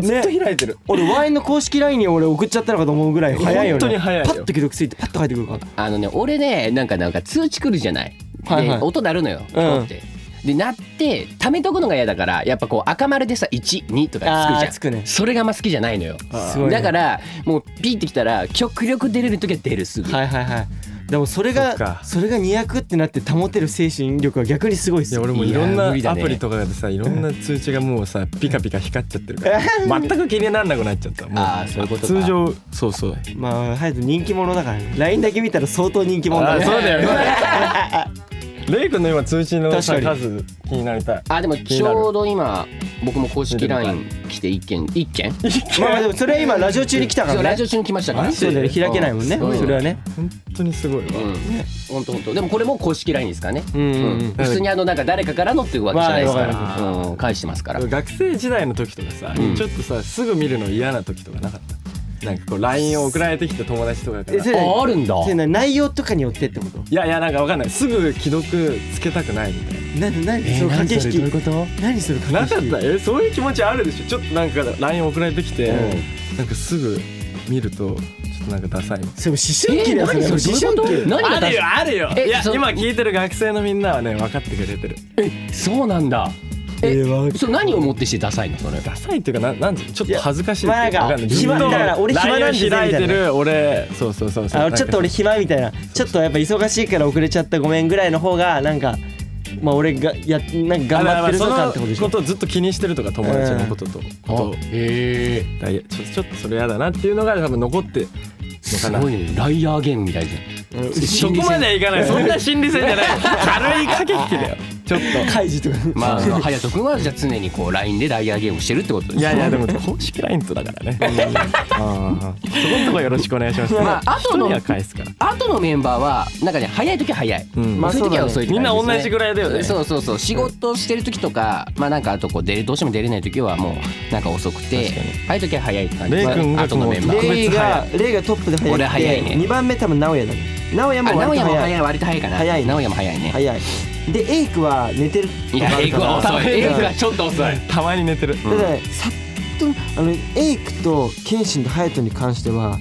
Speaker 3: ずっと開いてる、
Speaker 1: 俺ワインの公式 LINE に俺送っちゃったのかと思うぐらい早いよね
Speaker 3: 本当に早いよ
Speaker 1: パッと既読ついてパッと帰ってくるから
Speaker 2: あのね俺ねなんかなんか通知来るじゃない、
Speaker 1: はいはい
Speaker 2: で音鳴るのよ、
Speaker 1: うん
Speaker 2: ってで鳴って貯めとくのが嫌だからやっぱこう赤丸でさ12とかつくじ
Speaker 1: あ
Speaker 2: ゃ
Speaker 1: ー
Speaker 2: ん
Speaker 1: つくね
Speaker 2: それがあんま好きじゃないのよ
Speaker 1: すごいね
Speaker 2: だからもうピーってきたら極力出れる時は出るすぐ、
Speaker 1: はいはいはいでもそれが
Speaker 3: そっか
Speaker 1: それが200ってなって保てる精神力は逆にすごいっ
Speaker 3: い
Speaker 1: す
Speaker 3: や
Speaker 1: よ
Speaker 3: 俺もいろん
Speaker 2: いや
Speaker 3: な
Speaker 2: 無理だ
Speaker 3: ア
Speaker 2: ね
Speaker 3: プリとかでさいろんな通知がもうさピカピカ光っちゃってるから全く気にならなくなっちゃったも
Speaker 2: あーそういうことか
Speaker 3: 通常そうそう
Speaker 1: まあ隼人人気者だからね LINE だけ見たら相当人気者だ
Speaker 2: [LAUGHS]
Speaker 3: あ
Speaker 1: ね
Speaker 3: そうだよねレイ君の今通知のさ
Speaker 1: 確かに
Speaker 3: 数気になりたい
Speaker 2: あでも
Speaker 3: 気に
Speaker 2: ち
Speaker 3: なる [LAUGHS]
Speaker 2: ょうど今僕も公式 LINE 来て1件1件
Speaker 1: まあまあでもそれは今ラジオ中に来たか
Speaker 2: そう
Speaker 1: ら
Speaker 2: ラジ
Speaker 1: ね
Speaker 2: オ中に来ましたから
Speaker 3: マジ
Speaker 1: そうだよね開けないもんね
Speaker 2: うんすごい
Speaker 1: それはね
Speaker 3: 本当にすごいわ、
Speaker 2: うん本当本当でもこれも公式 LINE ですからね、
Speaker 1: うん
Speaker 2: うん普通にあのなんか誰かからのっていうわけじゃないですか
Speaker 1: まあ
Speaker 2: ら、うん、返してますから
Speaker 3: 学生時代の時とかさ、
Speaker 2: うん
Speaker 3: ちょっとさすぐ見るの嫌な時とかなかったなんかこう LINE を送られてきた友達とかか
Speaker 1: え
Speaker 3: ら
Speaker 1: それ何
Speaker 2: ああるんだ
Speaker 1: それ何内容とかによってってこと
Speaker 3: いやいやなんかわかんないすぐ既読つけたくないみたい
Speaker 1: なな何その駆け引き
Speaker 2: と
Speaker 1: 何それ
Speaker 3: なな
Speaker 1: 駆
Speaker 3: か
Speaker 1: け
Speaker 3: っ
Speaker 1: 引き
Speaker 3: [LAUGHS] たえそういう気持ちあるでしょちょっとなんか LINE 送られてきて、なんかすぐ見るとちょっとなんかダサいみたいな
Speaker 1: それも思春期
Speaker 2: え
Speaker 1: だよそれ
Speaker 2: 何それどういうこと
Speaker 1: 思春期
Speaker 2: 何が出す
Speaker 3: あるよ
Speaker 2: え
Speaker 3: いや
Speaker 2: そ
Speaker 3: 今聞いてる学生のみんなはね分かってくれてる
Speaker 2: そうなんだえ
Speaker 1: えわ
Speaker 2: それ何をもってしてダサいのそれ
Speaker 3: ダサいっていうかなんなんつうのちょっと恥ずかしいって
Speaker 1: いや
Speaker 3: いう
Speaker 1: まあ
Speaker 3: わ
Speaker 1: なんか
Speaker 3: かんない
Speaker 1: 暇だから俺暇なんで
Speaker 3: ず
Speaker 1: す
Speaker 3: っと
Speaker 1: みたいな
Speaker 3: LINE を開いてる俺そうそうそうそう
Speaker 1: あちょっと俺暇みたいなちょっとやっぱ忙しいから遅れちゃったごめんぐらいの方がなんかまあ俺がやなんか頑張ってるぞ
Speaker 3: あ
Speaker 1: 感っ
Speaker 3: だか
Speaker 1: てこ
Speaker 3: ら
Speaker 1: とでし
Speaker 3: その
Speaker 1: ょ
Speaker 3: ことをずっと気にしてるとか友達のこととことを
Speaker 2: へえ
Speaker 3: だいやちょちょっとそれやだなっていうのが多分残ってるの
Speaker 2: す
Speaker 3: かな
Speaker 2: ごいねライアーゲームみたいじ
Speaker 3: そこまではいかないそんな心理戦じゃない軽い駆け引きだよちょっと
Speaker 1: [LAUGHS] 開示とか
Speaker 2: ゃん [LAUGHS] まあ隼人君はじゃあ常にこう LINE でライアーゲームしてるってことですね
Speaker 3: いやいやでも公式 LINE とだからねあーそこのとこよろしくお願いします
Speaker 2: まあ後の
Speaker 3: 一人は返すから
Speaker 2: 後のメンバーはなんかね早い時は早い、
Speaker 3: うん
Speaker 2: まあそういう時はそういう時
Speaker 3: まあそうだねみんな同じぐらいだよね
Speaker 2: そうそうそう仕事してる時とか、まあなんかあとこう出るどうしても出れない時はもうなんか遅くて
Speaker 3: 確かに
Speaker 2: 早い時は早いって感じ
Speaker 3: レイ君が
Speaker 2: 後のメンバ
Speaker 3: こ
Speaker 2: ー
Speaker 3: う
Speaker 1: レイがレイがトップで
Speaker 2: 俺早
Speaker 1: 早
Speaker 2: い
Speaker 1: い
Speaker 2: ね
Speaker 1: て二番目多分直哉だね直哉
Speaker 2: あ
Speaker 1: も
Speaker 2: 直
Speaker 1: 割
Speaker 2: 哉
Speaker 1: と
Speaker 2: も
Speaker 1: 早
Speaker 2: 早
Speaker 1: い
Speaker 2: い割と早いかな
Speaker 1: 早いね
Speaker 2: 直哉も早いね
Speaker 1: 早いでエイクは寝てる
Speaker 2: いやエイクは遅
Speaker 1: [LAUGHS]
Speaker 2: いエイクはちょっと遅い
Speaker 3: たまに寝てる、
Speaker 1: だからねさっとあのエイクと謙信と隼人に関しては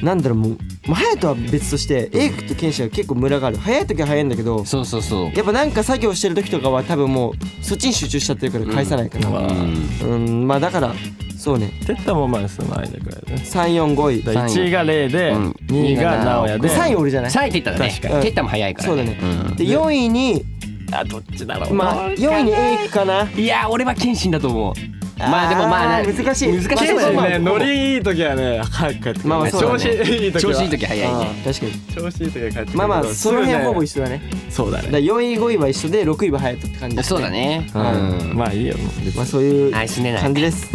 Speaker 1: なんだろうもうまあ隼人は別としてエイクと謙信は結構ムラがある早い時は早いんだけど
Speaker 2: そうそうそう
Speaker 1: やっぱなんか作業してる時とかは多分もうそっちに集中しちゃってるから返さないか
Speaker 3: う
Speaker 1: ら
Speaker 3: わ
Speaker 2: うん
Speaker 1: うんまあだからそうね
Speaker 3: テッタもまあその間くらいだね
Speaker 1: 345位
Speaker 3: だから1位がレイで、
Speaker 2: うん
Speaker 3: 2位が直哉で
Speaker 2: 三
Speaker 1: 3位俺じゃない
Speaker 2: 3位テッタだね
Speaker 3: 確か
Speaker 1: に
Speaker 2: テッタも早いから
Speaker 1: そうだね
Speaker 2: ん
Speaker 1: で4位に
Speaker 3: あどっちだろう、
Speaker 1: まあ4位にエイクかない
Speaker 2: やー俺は謙信だと思うまあでもまあ
Speaker 1: あ
Speaker 2: ね
Speaker 1: ー難しい
Speaker 2: 難しい
Speaker 1: まあ
Speaker 3: ケ
Speaker 1: で
Speaker 3: ン
Speaker 1: も
Speaker 3: シン
Speaker 1: まあ
Speaker 3: ねノリいい時はね早く帰ってくる、
Speaker 1: まあまあそうだ
Speaker 3: 調
Speaker 1: ね
Speaker 3: 子いい時
Speaker 2: 調
Speaker 3: は
Speaker 2: 子いい時早いね
Speaker 1: あー確かに
Speaker 3: 調子いい時は帰ってくる
Speaker 1: まあまあその辺はほぼ
Speaker 3: 一
Speaker 1: 一
Speaker 3: 緒
Speaker 1: 緒だね
Speaker 3: そうだ
Speaker 1: だから
Speaker 3: ね
Speaker 1: 4位5位は一緒で6位は隼人って感じです
Speaker 2: そうだねう
Speaker 3: うん
Speaker 2: ん
Speaker 3: まあいいよ
Speaker 1: まあそういう
Speaker 2: ナイスね
Speaker 1: 感じ [LAUGHS] です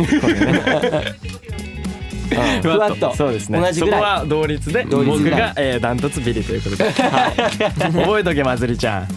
Speaker 1: うんふわっと
Speaker 3: そうですね
Speaker 1: 同じぐ
Speaker 3: そこ
Speaker 1: らい
Speaker 3: は同率で
Speaker 1: 同率
Speaker 3: 僕
Speaker 1: ぐらい
Speaker 3: が、
Speaker 1: [LAUGHS]
Speaker 3: えー、ダントツビリということで、はい、覚えとけまつりちゃん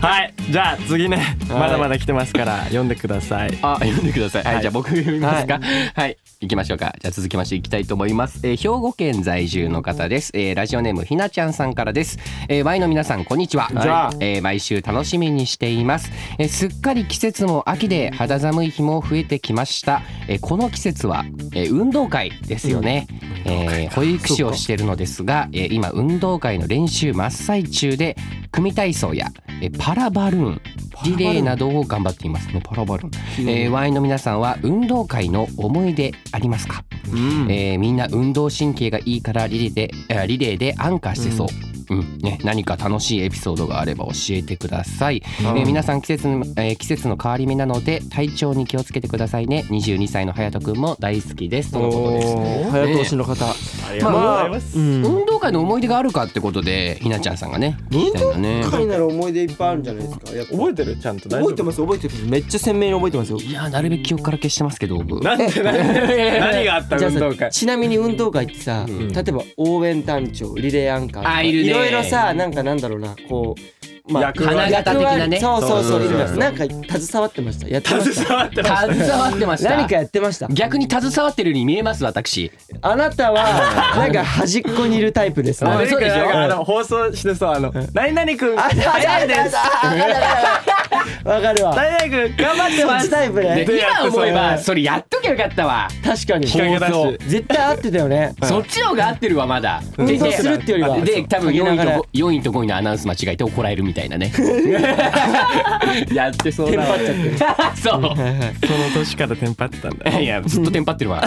Speaker 3: はいじゃあ次ね
Speaker 2: はい
Speaker 3: まだまだ来てますから読んでください
Speaker 2: あ、読んでください。はい、
Speaker 3: はい
Speaker 2: じゃあ僕読みますか。はい、行きましょうか。じゃあ続きまして行きたいと思います。えー兵庫県在住の方です。えーラジオネームひなちゃんさんからです。えー、Y の皆さんこんにちは。
Speaker 1: じゃあ
Speaker 2: はいえー毎週楽しみにしています。えーすっかり季節も秋で肌寒い日も増えてきました。えーこの季節は、えー運動会ですよね。えー保育士をしているのですが、えー今運動会の練習真っ最中で組体操や、えーパラバルーンリレーなどを頑張っていますねパラバルーンえー、ワインの皆さんは運動会の思い出ありますか、
Speaker 3: うん
Speaker 2: えーみんな運動神経がいいからリレーでえーリレーで安価してそう、うんね、何か楽しいエピソードがあれば教えてください、えー皆さん季節の、えー季節の変わり目なので体調に気をつけてくださいね22歳の隼人くんも大好きですとのことです
Speaker 1: おー早通しの方、
Speaker 3: ありがとうございます、
Speaker 1: うん
Speaker 2: 運動会の思い出があるかってことでひなちゃんさんがね聞きたいんだね
Speaker 1: 彼なら思い出いっぱいあるんじゃないですかやっぱ
Speaker 3: 覚えてるちゃんと大丈夫
Speaker 1: 覚えてます覚えてますめっちゃ鮮明に覚えてますよ
Speaker 2: いやーなるべく記憶から消してますけど僕
Speaker 3: なんでなんで何があった
Speaker 1: じゃあ
Speaker 3: 運動
Speaker 1: さ
Speaker 3: 会
Speaker 1: ちなみに運動会ってさ、
Speaker 2: うん
Speaker 1: 例えば応援団長リレーアンカーと
Speaker 2: あ
Speaker 1: か
Speaker 2: いるね
Speaker 1: ろいろさなんかなんだろうなこう、
Speaker 3: 役
Speaker 2: 割花形的なね
Speaker 1: 役割そうそうそう
Speaker 3: そうそうそう
Speaker 1: いるのなんか携わってましたやってました
Speaker 3: 携わってます
Speaker 2: 携わってました
Speaker 1: 何かやってました
Speaker 2: 逆に携わってるように見えます私
Speaker 1: あなたはなんか端っこにいるタイプですね
Speaker 2: あそうでしょ
Speaker 3: なんかあの放送してそうあの何々くん早いです
Speaker 1: わかるわ
Speaker 3: 何々くん頑張って
Speaker 1: そ
Speaker 3: ま
Speaker 1: っち
Speaker 3: す
Speaker 1: タイプ
Speaker 2: で
Speaker 1: ね
Speaker 3: で
Speaker 2: 今思えばそれやっときゃよかったわ
Speaker 1: 確かに
Speaker 3: 日陰だし
Speaker 1: そう絶対合ってたよね
Speaker 2: そっちの方が合ってるわまだで
Speaker 1: 運動するってよりは
Speaker 2: で多分
Speaker 1: 陰
Speaker 2: 4
Speaker 1: な
Speaker 2: 位
Speaker 1: が
Speaker 2: と
Speaker 1: ら
Speaker 2: ご四位と5位のアナウンス間違えて怒られるみたいなねやってそう
Speaker 1: テン
Speaker 2: だ
Speaker 1: パ
Speaker 2: わ
Speaker 1: っちゃってる
Speaker 2: [LAUGHS] そう
Speaker 3: その年からテンパってたんだ
Speaker 2: いやずっとテンパってるわ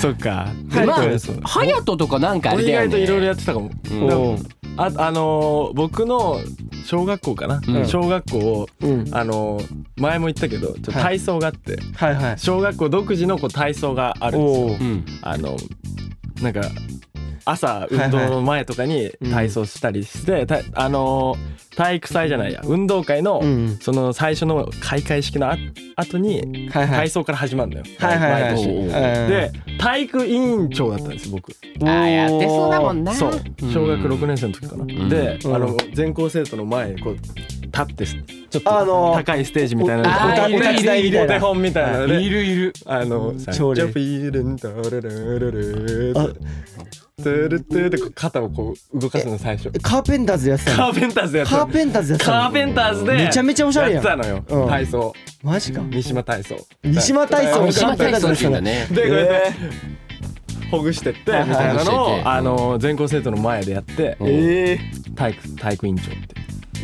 Speaker 3: そっか
Speaker 2: まあ
Speaker 3: はいそうです
Speaker 2: 隼人とかなんかあれ
Speaker 3: 俺
Speaker 2: だよ
Speaker 3: 意外といろいろ
Speaker 2: ね
Speaker 3: やってたかも、
Speaker 2: うん
Speaker 1: おう
Speaker 3: ああのー僕の小学校かな、
Speaker 2: うん
Speaker 3: 小学校を、
Speaker 1: うん
Speaker 3: あのー前も言ったけどちょっと体操があって、
Speaker 1: はいはい
Speaker 3: 小学校独自のこう体操があるんですよ
Speaker 1: おう
Speaker 2: うん
Speaker 3: あのなんか朝運動の前とかに
Speaker 1: うん
Speaker 3: 体操したりして、たあのー体育祭じゃないや運動会の、
Speaker 1: うん
Speaker 3: その最初の開会式のあ後に
Speaker 1: はいはい
Speaker 3: 体操から始まるのよ、
Speaker 1: はいはいはい
Speaker 2: おう
Speaker 3: 毎
Speaker 2: お
Speaker 3: 年。
Speaker 2: う
Speaker 1: うん
Speaker 3: で体育委員長だったんですよ僕
Speaker 2: あーやってそうだもんな
Speaker 3: そう小学
Speaker 2: うん
Speaker 3: 6年生の時かな、
Speaker 2: ん
Speaker 3: で、
Speaker 1: うん
Speaker 3: あの全校生徒の前にこう立ってすちょっ
Speaker 1: あ
Speaker 3: と
Speaker 1: のー
Speaker 3: 高いステージみたいな
Speaker 2: あー
Speaker 3: お
Speaker 2: いる
Speaker 3: お立ち台
Speaker 1: いるいる
Speaker 3: お手本みたいなので
Speaker 2: いるいる
Speaker 3: あのさ
Speaker 1: 朝礼
Speaker 3: ジャピールンタラララル
Speaker 1: あ
Speaker 3: トゥルトゥルってこう肩をこう動かすの最初
Speaker 1: カーペンターズやってた
Speaker 3: カ
Speaker 1: の
Speaker 3: ーペンターズやって
Speaker 1: カ
Speaker 3: た
Speaker 1: ーペンターズやってたの
Speaker 3: カーペンターズで
Speaker 1: めちゃめちゃおしゃれやん
Speaker 3: やってたのよ、
Speaker 1: うん
Speaker 3: 体操
Speaker 1: マジか
Speaker 3: 三島体操
Speaker 1: 三島体操
Speaker 3: は
Speaker 1: の
Speaker 3: い
Speaker 2: 三島体操っていうんだね
Speaker 3: でこうやってほぐしてってみ
Speaker 1: はい
Speaker 3: たい
Speaker 2: ほぐし
Speaker 3: なの
Speaker 2: てって
Speaker 3: をあの全校生徒の前でやって
Speaker 2: うん
Speaker 1: え
Speaker 3: 体育体育委員長って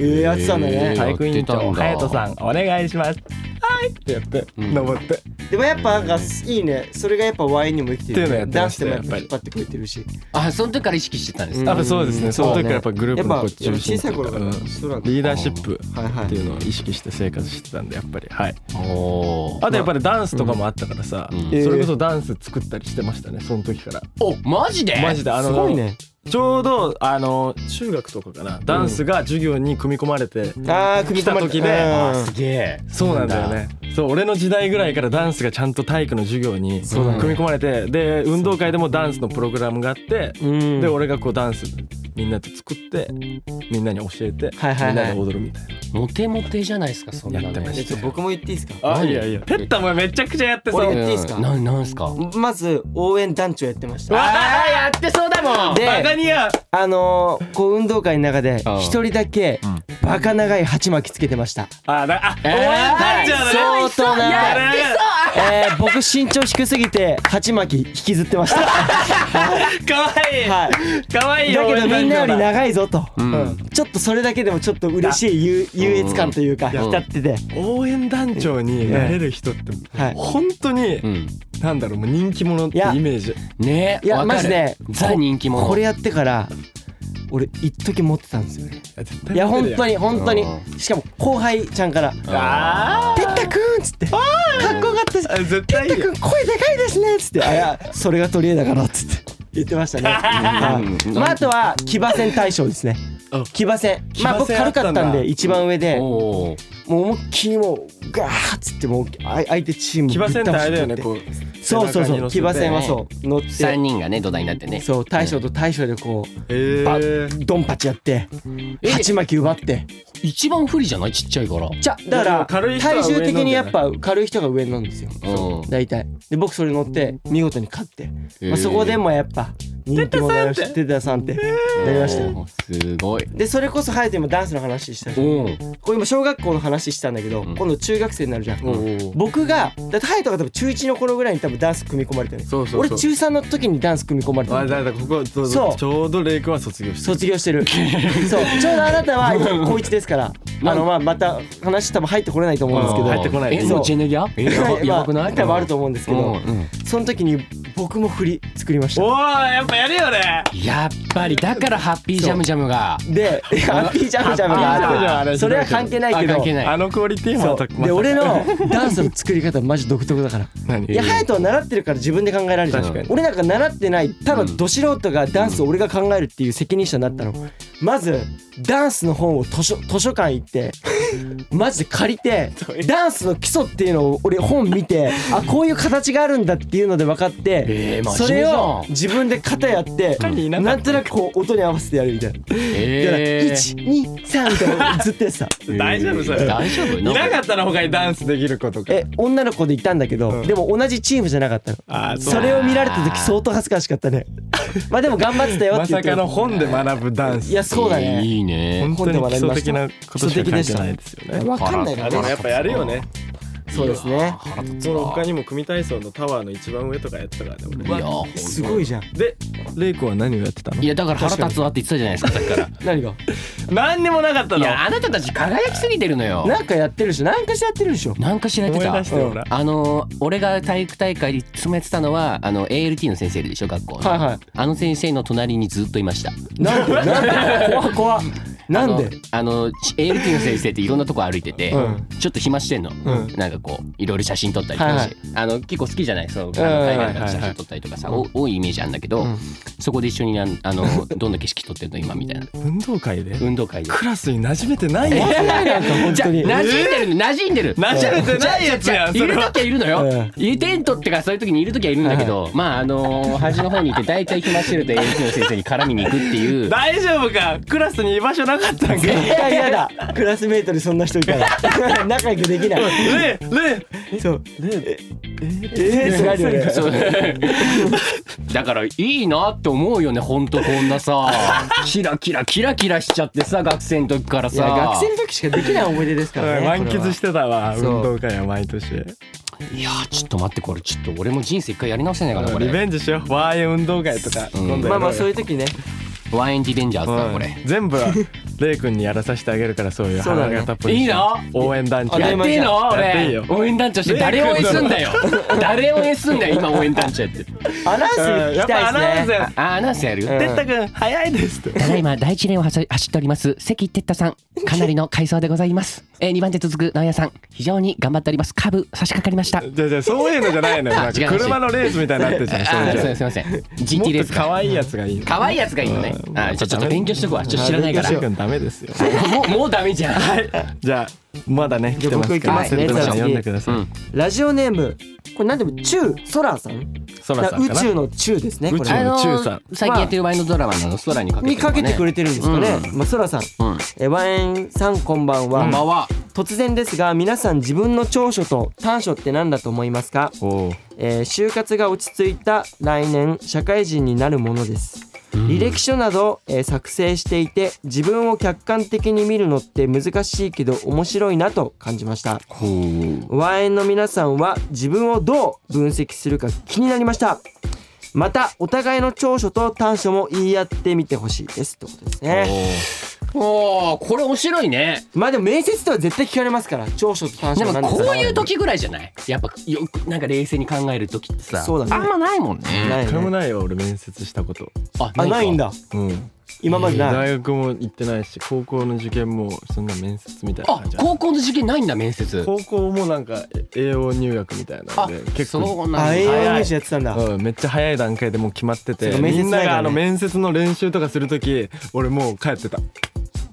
Speaker 1: えええやってたんだ
Speaker 2: えー
Speaker 1: ね
Speaker 3: 体育委員
Speaker 2: やってた
Speaker 3: 長
Speaker 2: んだ
Speaker 3: 隼人さんお願いしますはいってやって、
Speaker 2: うん
Speaker 3: 登って
Speaker 1: でもやっぱなんかいいねそれがやっぱワインにも生きて
Speaker 3: っていうのや
Speaker 1: る
Speaker 3: って
Speaker 1: ダ
Speaker 3: ま
Speaker 1: ン
Speaker 3: し
Speaker 1: ス
Speaker 3: た
Speaker 1: で
Speaker 3: よ
Speaker 1: もやっぱ引っ張ってくれてるし
Speaker 2: あその時から意識してたんです
Speaker 1: うん
Speaker 2: か
Speaker 3: やっぱそうですねその時からやっぱグループの
Speaker 1: やっぱ
Speaker 3: こう中心
Speaker 1: 小さい頃からそうなんだ
Speaker 3: リーダーシップ
Speaker 1: はいはい
Speaker 3: っていうのを意識して生活してたんでやっぱりはい
Speaker 2: おー
Speaker 3: あとやっぱりダンスとかもあったからさ、
Speaker 2: うん
Speaker 3: それこそダンス作ったりしてましたねその時から
Speaker 2: おマジで
Speaker 3: マジであの
Speaker 1: すごいね
Speaker 3: ちょうどあの中学とかかなダンスが授業に組み込まれて、
Speaker 1: あー組み込まれ
Speaker 3: 来た時ね
Speaker 1: うん
Speaker 2: あすげえ
Speaker 3: そうなんだよねそう俺の時代ぐらいからダンスがちゃんと体育の授業に組み込まれて、で運動会でもダンスのプログラムがあって、
Speaker 1: うん
Speaker 3: で俺がこうダンスみんなと作ってみんなに教えて、
Speaker 1: はいはいはい
Speaker 3: みんなで踊るみたいな
Speaker 2: モテモテじゃないですかそんな
Speaker 3: やってま
Speaker 1: え
Speaker 3: し
Speaker 1: ちょっと僕も言っていいですか
Speaker 2: あ
Speaker 3: いやいやペッタもめちゃくちゃやってさ
Speaker 1: 俺やっていいっすか
Speaker 2: ななんすか
Speaker 1: まず応援団長やってました
Speaker 2: あーやってそうだもん
Speaker 1: で
Speaker 3: バカにや
Speaker 1: あのー、こう運動会の中で
Speaker 2: うん
Speaker 1: 一人だけバカ長い鉢巻きつけてました。
Speaker 3: あだあ、
Speaker 2: えー
Speaker 3: 応援団長だね
Speaker 1: 相当
Speaker 3: や
Speaker 1: な、
Speaker 3: ってそう
Speaker 1: えー、僕身長低すぎて鉢巻き引きずってました。
Speaker 3: 可愛いい、
Speaker 1: はい。
Speaker 3: 可愛い
Speaker 1: だ
Speaker 3: よ
Speaker 1: けどみんなより
Speaker 3: 応援団
Speaker 1: 長いぞと、
Speaker 2: ん
Speaker 1: うんちょっとそれだけでもちょっと嬉しい優優越感というか
Speaker 2: うん
Speaker 1: 浸ってて、
Speaker 3: 長応援団長になれる人って
Speaker 1: はい
Speaker 3: 本当に
Speaker 2: うん
Speaker 3: なんだろうもう人気者ってイメージ
Speaker 2: ね
Speaker 1: いや
Speaker 2: わかる
Speaker 1: マジで
Speaker 2: ザ人気者
Speaker 1: これやってから俺一時持ってたんですよねいや本当
Speaker 3: に
Speaker 1: に本当に
Speaker 2: う
Speaker 1: しかも後輩ちゃんから「
Speaker 3: あ
Speaker 1: てったくん」っつって「かっこよかったです
Speaker 3: あ絶対いい
Speaker 1: てっ
Speaker 3: よ
Speaker 1: たくん声でかいですね」っつって「あいやそれが取り柄だから」っつって言ってましたね、はいまああとは騎馬戦大賞ですね
Speaker 3: あ
Speaker 1: 騎馬戦まあ僕
Speaker 3: 騎馬戦あ
Speaker 1: 軽
Speaker 3: った
Speaker 1: か
Speaker 3: んだ
Speaker 1: ったんで一番上で
Speaker 2: おー
Speaker 1: もう思いっきりもうガーッつってもうあ相手チーム
Speaker 3: 騎馬戦ってあれだよね
Speaker 1: ぶっ倒
Speaker 3: こ
Speaker 1: して
Speaker 3: う
Speaker 1: そうそうそう騎馬戦はそう乗っ
Speaker 2: 3
Speaker 1: て
Speaker 2: 人がね土台になってね
Speaker 1: そう大将と大将でこ
Speaker 3: え
Speaker 1: うバドンパチやって
Speaker 2: え
Speaker 1: 鉢巻き奪って
Speaker 2: 一番不利じゃないちっちゃいから
Speaker 1: じゃだから
Speaker 3: 軽い人は
Speaker 1: 体
Speaker 3: 上
Speaker 1: 重的にやっ
Speaker 3: な
Speaker 1: ぱ軽い人が上なんですよ
Speaker 2: うん
Speaker 1: 大体で僕それ乗って見事に勝って、まあ、そこでもやっぱ人気者だしテタさんってなりましたよ
Speaker 2: おーすごい
Speaker 1: でそれこそ隼人今ダンスの話したじゃん
Speaker 2: お
Speaker 1: これ今小学校の話したんだけど、
Speaker 2: うん
Speaker 1: 今度中学生になるじゃん、
Speaker 2: お
Speaker 1: 僕がだって隼人が多分中1の頃ぐらいに多分ダンス組み込まれてる
Speaker 3: そうそうそう
Speaker 1: 俺中3の時にダンス組み込まれて
Speaker 3: あ
Speaker 1: る
Speaker 3: だだここそう
Speaker 1: そう
Speaker 3: ちょうどレイクは卒業して
Speaker 1: 卒業してるそうちょうどあなたは今高1ですからあのまあまた話多分入ってこれないと思うんですけど
Speaker 3: あー入ってこない
Speaker 2: えもうジェネ
Speaker 1: [LAUGHS]
Speaker 2: ギャ
Speaker 1: はい
Speaker 2: やばく
Speaker 1: ま
Speaker 2: な
Speaker 1: あ
Speaker 2: い
Speaker 1: 多分あると思うんですけど、
Speaker 2: うんうん
Speaker 1: その時に僕も振り作りました
Speaker 3: おーやっぱやるよね
Speaker 2: やっぱりだからハッピージャムジャムが
Speaker 1: でハッピージャムジャム
Speaker 2: ハッピージャムジャム
Speaker 1: が
Speaker 3: あ
Speaker 1: ある
Speaker 3: れ
Speaker 1: それは関係ないけ
Speaker 2: あ
Speaker 1: ど
Speaker 2: 関係ない
Speaker 3: あのクオリティも
Speaker 1: そ
Speaker 3: また
Speaker 1: うで俺のダンスの作り方マジ独特だから
Speaker 3: 何
Speaker 1: いや隼人は習ってるから自分で考えられるじゃ
Speaker 2: 確か
Speaker 1: ん
Speaker 2: に
Speaker 1: 俺なんか習ってないただど素人がダンスを俺が考えるっていう責任者になったのまずダンスの本を図書図書館行ってマジで借りてダンスの基礎っていうのを俺本見
Speaker 2: [LAUGHS]
Speaker 1: てあこういう形があるんだっていうので分かって、
Speaker 2: えー
Speaker 1: そ
Speaker 2: 真面目
Speaker 1: れ
Speaker 2: じゃん
Speaker 1: を自分で型やって
Speaker 3: にいなかっ
Speaker 1: な
Speaker 3: た
Speaker 1: んとなくこう音に合わせてやるみたいな。
Speaker 2: えー
Speaker 1: 123みたいなのずっとや
Speaker 2: [LAUGHS]
Speaker 1: ってた
Speaker 3: 大丈夫それ
Speaker 2: 大丈夫
Speaker 3: いなかったら他にダンスできる子とか
Speaker 1: え女の子でいたんだけど、でも同じチームじゃなかったの
Speaker 3: あーそう
Speaker 1: それを見られた時相当恥ずかしかったね [LAUGHS] まあでも頑張ってたよっ
Speaker 3: ま
Speaker 1: て言
Speaker 3: さ
Speaker 1: って
Speaker 3: かの本で学ぶダンス
Speaker 1: いやそうだね
Speaker 2: いいね
Speaker 3: 本当に基礎的なことしか書いてないですよね
Speaker 1: わかんないから
Speaker 3: でも
Speaker 1: ね
Speaker 3: やっぱやるよね
Speaker 1: そうですね
Speaker 2: 腹立つ
Speaker 3: その
Speaker 2: わ
Speaker 3: 他にも組体操のタワーの一番上とかやってたからね俺
Speaker 2: いやほんと
Speaker 1: すごいじゃん
Speaker 3: でレイコは何をやってたの
Speaker 2: いやだから腹立つわって言ってたじゃないですかさっきから
Speaker 1: 何が
Speaker 3: 何にもなかった
Speaker 2: い
Speaker 3: の
Speaker 2: やあなたたち輝きすぎてるのよ
Speaker 1: なんかやってるでしょなんかしやってるでしょ
Speaker 2: なんか知られて
Speaker 3: 思い
Speaker 2: た
Speaker 3: 出してほら
Speaker 2: あのー俺が体育大会に勤めてたのはあの ALT の先生いるでしょ学校の、
Speaker 1: はいは
Speaker 2: あの先生の隣にずっといました
Speaker 1: い [LAUGHS] なんでなんで怖っ怖っなんで
Speaker 2: あのあの ALT の先生っていろんなとこ歩いてて、
Speaker 1: うん
Speaker 2: ちょっと暇してんの、
Speaker 1: ん
Speaker 2: なんかこういろいろ写真撮ったりとかして、あの結構好きじゃないそのあの海外から写真撮ったりとかさ、お多いイメージあるんだけど、
Speaker 1: ん
Speaker 2: そこで一緒になんあのどんな景色撮ってるの今みたいな
Speaker 3: 運動会で
Speaker 2: 運動会で。
Speaker 3: クラスに馴染めてないやつ
Speaker 1: なんか本
Speaker 2: じゃ
Speaker 1: 当
Speaker 2: 馴染
Speaker 1: に
Speaker 2: んでるの馴染んでる
Speaker 3: 馴染めてないやつやん
Speaker 2: い
Speaker 3: それ
Speaker 2: る
Speaker 3: は
Speaker 2: 時はいるのよ
Speaker 1: え。
Speaker 2: いるテントってかそういう時にいる時はいるんだけど、まああのー端の方にいて大体暇してると ALT の先生に絡みに行くっていう。
Speaker 3: [LAUGHS] 大丈夫かクラスに居場所なかったんかね
Speaker 1: 絶対嫌だクラスメートにそんな人いたら [LAUGHS] 仲良くできない
Speaker 3: えね
Speaker 1: そうええってなるよね
Speaker 2: そうだからいいなって思うよねほんとこんなさキラキラキラキラしちゃってさ学生の時から
Speaker 1: いや
Speaker 2: さ
Speaker 1: 学生の時しかできない思い出ですからね
Speaker 3: 満喫してたわ運
Speaker 1: そう
Speaker 3: 動会は毎年
Speaker 2: いやちょっと待ってこれちょっと俺も人生一回やり直せないかなこ
Speaker 3: リ
Speaker 2: れ
Speaker 3: ベンジしようワーイ運動会とか
Speaker 2: うん
Speaker 3: 今度
Speaker 1: まあまあそう
Speaker 3: い
Speaker 1: いう時ね
Speaker 2: ワインディベンジャーズだこれ、
Speaker 3: 全部はレイ君にやらさせてあげるからそういう
Speaker 1: そうだ
Speaker 3: 花
Speaker 1: ね
Speaker 3: 形ポジ
Speaker 2: い
Speaker 3: ション
Speaker 2: いな
Speaker 3: 応援団長
Speaker 1: やっていい
Speaker 2: の
Speaker 3: 俺
Speaker 2: 応援団長して誰応援すんだ [LAUGHS] よ誰応援すんだよ今応援団長やって
Speaker 1: アナウンス
Speaker 3: うん
Speaker 1: 聞
Speaker 3: や
Speaker 1: き
Speaker 3: っぱ
Speaker 1: た
Speaker 3: アナウ
Speaker 1: い
Speaker 3: ン
Speaker 1: です
Speaker 3: ス
Speaker 1: ね
Speaker 3: や
Speaker 2: あアナウンスやる
Speaker 1: ん
Speaker 3: てったくん早いですって
Speaker 2: ただいま第一レーンを走走っております関哲太 [LAUGHS] さんかなりの快走でございます、えー、2番手続く直哉さん非常に頑張っておりますカーブ差し掛かりました
Speaker 3: じゃあじゃあそういうのじゃないのよ
Speaker 2: あ
Speaker 3: なんか
Speaker 2: 違う違う
Speaker 3: 車のレースみたいになってるじゃんそう
Speaker 2: あ
Speaker 3: じゃ
Speaker 2: ー
Speaker 3: ん
Speaker 2: すいませんすいません GT
Speaker 3: も
Speaker 2: レ
Speaker 3: っ
Speaker 2: ース
Speaker 3: と
Speaker 2: か
Speaker 3: 可愛いやつがいいの
Speaker 2: 可愛いやつがいいのね
Speaker 3: うん
Speaker 2: あーじゃあちょっと勉強しとくわちょっと知らないから
Speaker 3: レイ君ダメですよ
Speaker 2: もうもうダメじゃん
Speaker 3: じゃあまだね来てます
Speaker 1: じゃあ僕行き
Speaker 3: から
Speaker 1: ますね
Speaker 3: セントラさん読んでください
Speaker 2: うん
Speaker 1: ラジオネームこれなんでも中ソラさん
Speaker 3: ソラさんか
Speaker 1: 宇
Speaker 3: な
Speaker 1: 宙の宙ですねこ
Speaker 3: 宇宙
Speaker 2: あ
Speaker 1: れ
Speaker 2: の
Speaker 3: 中さん
Speaker 2: ー最近やってるワインのドラマの空にかけて
Speaker 1: にかけてくれ
Speaker 2: て
Speaker 1: てるんですかね、まあソラさん、
Speaker 2: うん
Speaker 1: えワンエンさんこんばんは、
Speaker 2: こんばんは
Speaker 1: 突然ですが皆さん自分の長所と短所って何だと思いますか、
Speaker 3: おう
Speaker 1: えー就活が落ち着いた来年社会人になるものです履歴書など、えー作成していて自分を客観的に見るのって難しいけど面白いなと感じましたワインの皆さんは自分をどう分析するか気になりましたまたお互いの長所と短所も言い合ってみてほしいですってことですね
Speaker 2: おおこれ面白いね
Speaker 1: まあでも面接では絶対聞かれますから長所と短
Speaker 2: で
Speaker 1: 所は
Speaker 2: も
Speaker 1: 何ですか
Speaker 2: こういう時ぐらいじゃないやっぱよくなんか冷静に考える時ってさ
Speaker 1: そうだね
Speaker 2: あんまないもんね
Speaker 1: ない
Speaker 3: これも
Speaker 1: ね
Speaker 3: ないよ俺面接したこと
Speaker 2: あ
Speaker 1: あないんだ
Speaker 3: うん
Speaker 1: 今までない
Speaker 3: 大学も行ってないし高校の受験もそんな面接みたいな
Speaker 2: あ
Speaker 3: 感じ
Speaker 2: 高校の受験ないんだ面接
Speaker 3: 高校もなんか栄養入学みたいな
Speaker 2: あ
Speaker 3: んで結構
Speaker 2: そうなんだ
Speaker 1: あ栄養入試やってたんだ
Speaker 3: うん、めっちゃ早い段階でもう決まってて、
Speaker 1: そうか面
Speaker 3: み
Speaker 1: 接
Speaker 3: んな
Speaker 1: ないからね
Speaker 3: があの面接の練習とかする時俺もう帰ってた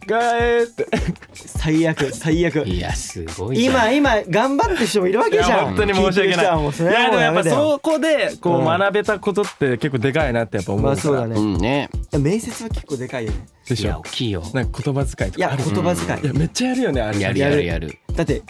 Speaker 3: ガエーって
Speaker 1: 最悪最悪
Speaker 2: いやすごいな
Speaker 1: 今今頑張ってる人もいるわ
Speaker 3: い
Speaker 1: けじゃ
Speaker 3: や
Speaker 1: ん
Speaker 3: 本当に申し訳ない。いやでもやっぱ
Speaker 1: う
Speaker 3: そこでこ
Speaker 1: う
Speaker 3: うん学べたことって結構でかいなってやっぱ思うか
Speaker 1: ま
Speaker 3: ら。
Speaker 1: あそうだ
Speaker 2: う
Speaker 1: ね
Speaker 2: んね
Speaker 1: 面接は結構でかいよね
Speaker 3: で
Speaker 2: い
Speaker 3: し
Speaker 2: や大
Speaker 3: ょ。
Speaker 2: きいよ
Speaker 3: なんか言葉遣いと
Speaker 1: い
Speaker 3: か
Speaker 1: や
Speaker 3: ある。
Speaker 1: 言葉遣い
Speaker 3: いやめっちゃやるよねあれ。
Speaker 2: やるやるやる
Speaker 1: だって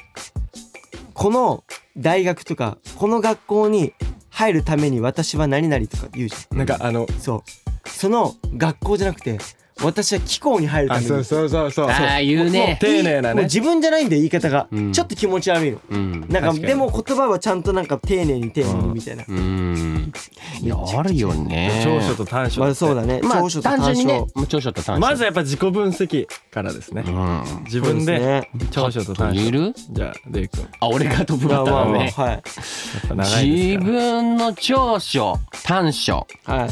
Speaker 1: この大学とかこの学校に入るために私は何々とか言うじゃ
Speaker 3: なんかあの
Speaker 1: んそうその学校じゃなくて私は機構に入るた
Speaker 3: あ
Speaker 1: めに
Speaker 3: そうそうそうそう。
Speaker 2: ああ言うね
Speaker 3: 丁寧なね
Speaker 1: もう自分じゃないんで言い方が、
Speaker 2: うん
Speaker 1: ちょっと気持ち悪いの
Speaker 2: うん
Speaker 1: なんか
Speaker 3: 確かに
Speaker 1: でも言葉はちゃんとなんか丁寧に丁寧にみたいな、
Speaker 2: うんいやあるよね
Speaker 3: 長所と短所。
Speaker 1: まあそうだね、
Speaker 2: ま
Speaker 1: 長所
Speaker 2: あ
Speaker 1: と短
Speaker 2: 単
Speaker 1: 所
Speaker 2: 純にね長所と短所
Speaker 3: まずはやっぱ自己分析からですね
Speaker 2: う。ん
Speaker 3: 自分
Speaker 1: そう
Speaker 3: で
Speaker 1: ですね
Speaker 3: 長所と短
Speaker 2: い
Speaker 3: 所。
Speaker 2: る
Speaker 3: じゃあレイ君や
Speaker 2: あ俺がトップ
Speaker 1: ま
Speaker 2: バ
Speaker 1: あ
Speaker 2: ッタ
Speaker 1: まあ
Speaker 2: ーだ
Speaker 1: まあはい
Speaker 2: ね
Speaker 3: っぱ長いです
Speaker 2: 自
Speaker 3: から。
Speaker 2: 分の長所短所
Speaker 1: はい、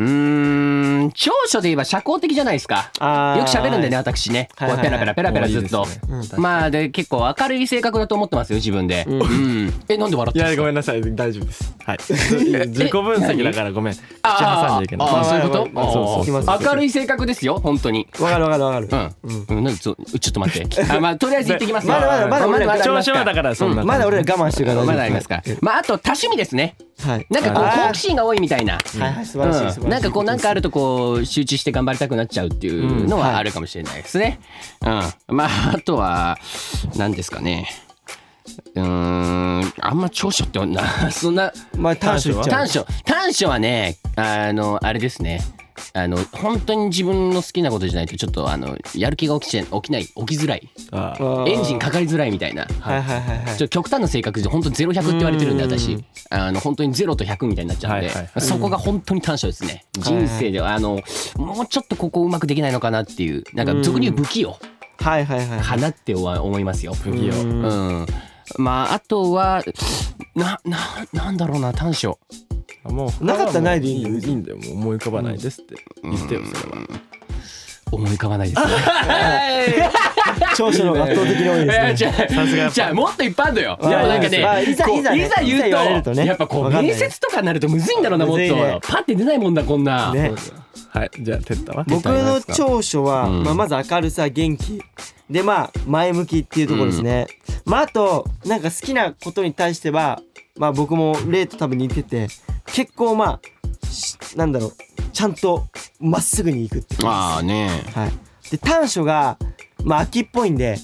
Speaker 2: うーん長所で言えば社交的じゃないですか
Speaker 1: あー
Speaker 2: よく喋るんでね私ねこ
Speaker 1: はいは
Speaker 2: う
Speaker 1: い
Speaker 2: ペラペラペラペラずっと
Speaker 3: もういいですね
Speaker 1: うん
Speaker 2: まあで結構明るい性格だと思ってますよ自分でうんえなんで笑っ
Speaker 3: い
Speaker 2: てるんです
Speaker 3: やご
Speaker 2: か
Speaker 3: めんなさい大丈夫です。はい。 [LAUGHS] 自己分析だからごめん。口挟んじゃいけない。
Speaker 2: あーあーそういう
Speaker 3: まあまあまあそうそう
Speaker 1: ま
Speaker 3: そ
Speaker 1: あま
Speaker 3: う
Speaker 1: あ
Speaker 2: こと明るい性格ですよ本当に
Speaker 1: わかるわかるわかる、
Speaker 2: うんうんなんでちょちょっと待ってあまあとりあえず行ってきますよ
Speaker 1: まだまだまだまだ
Speaker 2: あり
Speaker 3: 長
Speaker 2: ます
Speaker 3: 所
Speaker 2: から
Speaker 3: はだからそんな感じ。
Speaker 1: まだ俺ら我慢してるから大丈夫
Speaker 2: まだありますからまああと多趣味ですね
Speaker 1: はい
Speaker 2: なんかこう
Speaker 1: あー
Speaker 2: 好奇心が多いみたいな
Speaker 1: はいはい素晴らしい素晴らしい、
Speaker 2: うん、なんかこうなんかある
Speaker 1: と
Speaker 2: とこう集中して頑張りたくなっちゃうっていうの
Speaker 1: うん
Speaker 2: は
Speaker 1: はい
Speaker 2: あるかもしれないですね。うん、まあ [LAUGHS] あとは何ですかね。うーんあんま長所ってなそんな
Speaker 1: まあ短所いっちゃう
Speaker 2: 短所短所はねあのあれですねあの本当に自分の好きなことじゃないとちょっとあのやる気が起きちゃ起きない起きづらい
Speaker 3: あー
Speaker 1: あー
Speaker 2: エンジンかかりづらいみたいな。
Speaker 1: はいはいはいはい
Speaker 2: ちょっと極端な性格で本当ゼロ百って言われてるんで
Speaker 1: うん
Speaker 2: 私あの本当にゼロと100みたいになっちゃうんで、
Speaker 3: はいはいは
Speaker 2: そこが本当に短所ですね、人生ではあのもうちょっとここうまくできないのかなっていうなんか俗に言う不器用
Speaker 1: はいはいはい
Speaker 2: かなっては思いますよ不
Speaker 3: 器用
Speaker 2: うん、まああとはなななんだろうな短所
Speaker 3: あもう
Speaker 1: なかったらないでいいんだよ
Speaker 3: いいんだよもう思い浮かばないですって言ってよそれは
Speaker 2: 思い浮かばないですね [LAUGHS]
Speaker 1: 長所の方が圧倒的に多いですね
Speaker 2: じゃ
Speaker 3: さすがやっ
Speaker 2: あ
Speaker 3: ぱ
Speaker 2: じゃあもっといっぱいあるのよでもなんかね
Speaker 1: まあいざ
Speaker 2: こう
Speaker 1: いざね
Speaker 2: いざ言うと
Speaker 1: いざ言われるとね
Speaker 2: やっぱこう
Speaker 1: わかんない
Speaker 2: 面接とかになるとむずいんだろうなもっと、
Speaker 1: むずいね
Speaker 2: パッて出ないもんだこんな、
Speaker 1: ね
Speaker 3: はいじゃあ哲太は
Speaker 1: [LAUGHS] 僕の長所は、
Speaker 2: うん
Speaker 1: まあ、まず明るさ元気でまあ前向きっていうところですね、まああとなんか好きなことに対してはまあ僕も例と多分似てて結構まあしなんだろうちゃんとまっすぐに行くって感
Speaker 2: ああね
Speaker 1: じです、はい、で短所がまあ秋っぽいんで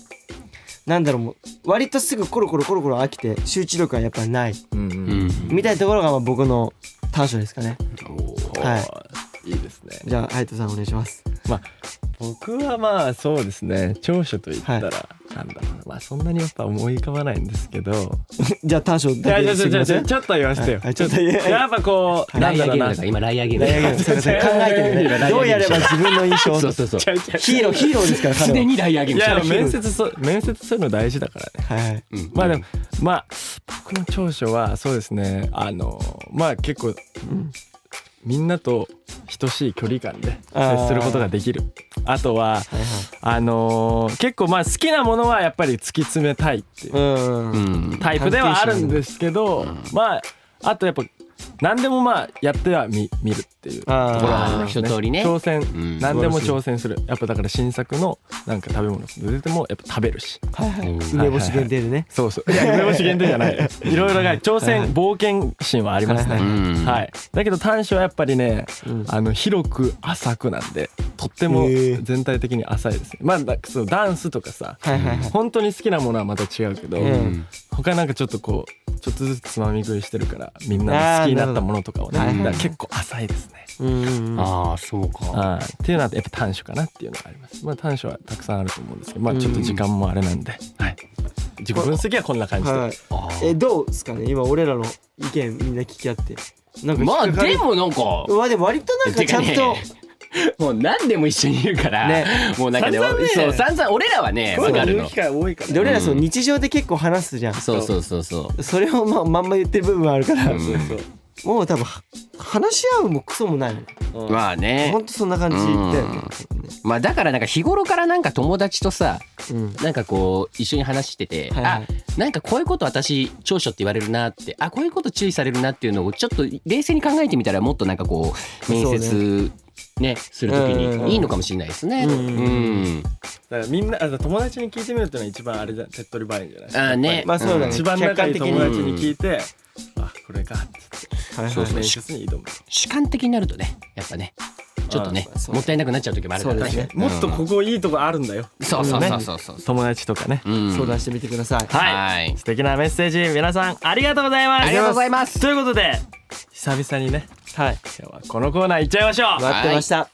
Speaker 1: なんだろうもう割とすぐコロコロコロコロ飽きて集中力がやっぱない
Speaker 3: うんう
Speaker 2: うんん
Speaker 1: みたいなところがまあ僕の短所ですかね
Speaker 2: おー
Speaker 1: はい
Speaker 3: いいですね
Speaker 1: じゃあハヤトさんお願いします [LAUGHS]
Speaker 3: まあ僕はまあそうですね長所と言ったら、
Speaker 1: は
Speaker 3: なんだろうなまあそんなにやっぱ思い浮かばないんですけど
Speaker 1: じゃあ短所
Speaker 3: い
Speaker 1: だ
Speaker 3: や
Speaker 1: け
Speaker 3: いやい
Speaker 1: してみ
Speaker 3: や
Speaker 1: ま
Speaker 3: い
Speaker 1: せ
Speaker 3: や
Speaker 1: ん
Speaker 3: ちょっと言わせてよ、
Speaker 1: はいちょっと言え
Speaker 3: やっぱこ
Speaker 2: ラ
Speaker 3: うなん
Speaker 2: イ
Speaker 3: だ
Speaker 2: アー
Speaker 3: ろ
Speaker 2: ゲーム
Speaker 3: うな
Speaker 2: だから今ライアーゲーム
Speaker 1: いやいやすいません考えてねどうやれば自分の印象を
Speaker 2: そうそ
Speaker 1: [LAUGHS]
Speaker 2: うそう
Speaker 3: ちゃうちゃう
Speaker 1: ヒーローヒーローですから
Speaker 2: 常
Speaker 1: 彼は
Speaker 2: にライアーゲー
Speaker 3: い
Speaker 1: [LAUGHS]
Speaker 2: ムして
Speaker 3: や
Speaker 2: る
Speaker 3: 面接そう面接するの大事だからね
Speaker 1: はいはい
Speaker 2: うん
Speaker 3: まあでもまあ僕の長所はそうですねあのまあ結構みんなと等しい距離感で
Speaker 1: あー
Speaker 3: 接することができるあとはあのー結構まあ好きなものはやっぱり突き詰めたいっていう
Speaker 1: うん
Speaker 2: うん
Speaker 3: タイプではあるんですけどまああとやっぱ何でもまあやってはみ見るっていうところ
Speaker 1: あー
Speaker 3: はあります
Speaker 2: 一通りね
Speaker 3: 挑戦、
Speaker 2: ん
Speaker 3: 何でも挑戦するやっぱだから新作のなんか食べ物出てもやっぱ食べるし
Speaker 1: はいはい
Speaker 2: うん
Speaker 1: 梅干し限定でね
Speaker 3: そうそう。いや、梅干し限定じ
Speaker 1: [LAUGHS]
Speaker 3: ゃない。いろいろが挑戦、冒険心はありますね。
Speaker 1: はいはい
Speaker 2: うん
Speaker 3: はい。だけど短所はやっぱりね
Speaker 1: うん、
Speaker 3: あの広く浅くなんで、とっても
Speaker 1: へー
Speaker 3: 全体的に浅いですね。まあ、だそうダンスとかさ、
Speaker 1: はいはいはい
Speaker 3: 本当に好きなものはまた違うけど
Speaker 1: う、
Speaker 2: うんん
Speaker 3: 他なんかちょっとこう、ちょっとずつつまみ食いしてるから、みんなの好きになったものとかをね、
Speaker 1: あーな
Speaker 3: だ
Speaker 1: るほど
Speaker 3: から結構浅いですね。
Speaker 1: うんうんうん
Speaker 2: ああそうか
Speaker 3: あーっていうのはやっぱ短所かなっていうのがあります。まあ短所はたくさんあると思うんですけど、まあちょっと時間もあれなんで、はい。自己分析はこんな感じで。
Speaker 1: はい
Speaker 2: あー
Speaker 1: えどうですかね今俺らの意見みんな聞き合ってなんか
Speaker 2: まあ
Speaker 1: 引っかか
Speaker 2: で
Speaker 1: る
Speaker 2: もなんか
Speaker 1: うわでも割となんか
Speaker 2: て
Speaker 1: ちゃ
Speaker 2: か
Speaker 1: ん
Speaker 2: ね
Speaker 1: と
Speaker 2: もう何でも一緒にいるから
Speaker 1: ね
Speaker 2: もうなんかね
Speaker 3: 散々ね
Speaker 2: そう散々俺らはね分かるの
Speaker 3: 機会多いから
Speaker 1: で俺らそううん日常で結構話すじゃん
Speaker 2: そうそうそうそう
Speaker 1: それをまあまんま言ってる部分はあるから
Speaker 2: うん
Speaker 1: もう多分は話し合うもクソもないよね
Speaker 2: まあね
Speaker 1: ほんとそんな感じだよね
Speaker 2: まあだからなんか日頃からなんか友達とさ
Speaker 1: うん
Speaker 2: なんかこう一緒に話してて、
Speaker 1: はいはい
Speaker 2: あなんかこういうこと私長所って言われるなってあこういうこと注意されるなっていうのをちょっと冷静に考えてみたらもっとなんかこう面接ねするとき
Speaker 1: うん
Speaker 2: にいいのかもしれないですね。う
Speaker 1: うんん
Speaker 3: だからみんなあ友達に聞いてみるっていうのは一番あれだ手っ取り早いんじゃない
Speaker 2: あーね
Speaker 3: やっぱ
Speaker 1: まあそうだ
Speaker 3: り
Speaker 1: ね
Speaker 3: 一番仲いい友
Speaker 2: 客
Speaker 3: 達
Speaker 2: 観
Speaker 3: に
Speaker 2: 的に
Speaker 3: 聞いて、あこれかって
Speaker 1: はいはい
Speaker 2: そうそう
Speaker 3: 面接に挑む
Speaker 2: 主観的になるとねやっぱねちょっとね
Speaker 1: あそう
Speaker 2: もったいなくなっちゃう時もあるから
Speaker 1: そうだ
Speaker 2: ね
Speaker 1: ね。
Speaker 3: もっとここいいとこあるんだよ
Speaker 2: そうそうそうそうそう。
Speaker 3: 友達とかね
Speaker 2: うん
Speaker 1: 相談してみてください
Speaker 3: はい、
Speaker 2: はい
Speaker 3: 素敵なメッセージ皆さんありがとうございます
Speaker 2: ありがとうございます
Speaker 3: ということで久々にね
Speaker 1: はい
Speaker 3: 今日はこのコーナー行っちゃいましょう
Speaker 1: 待ってました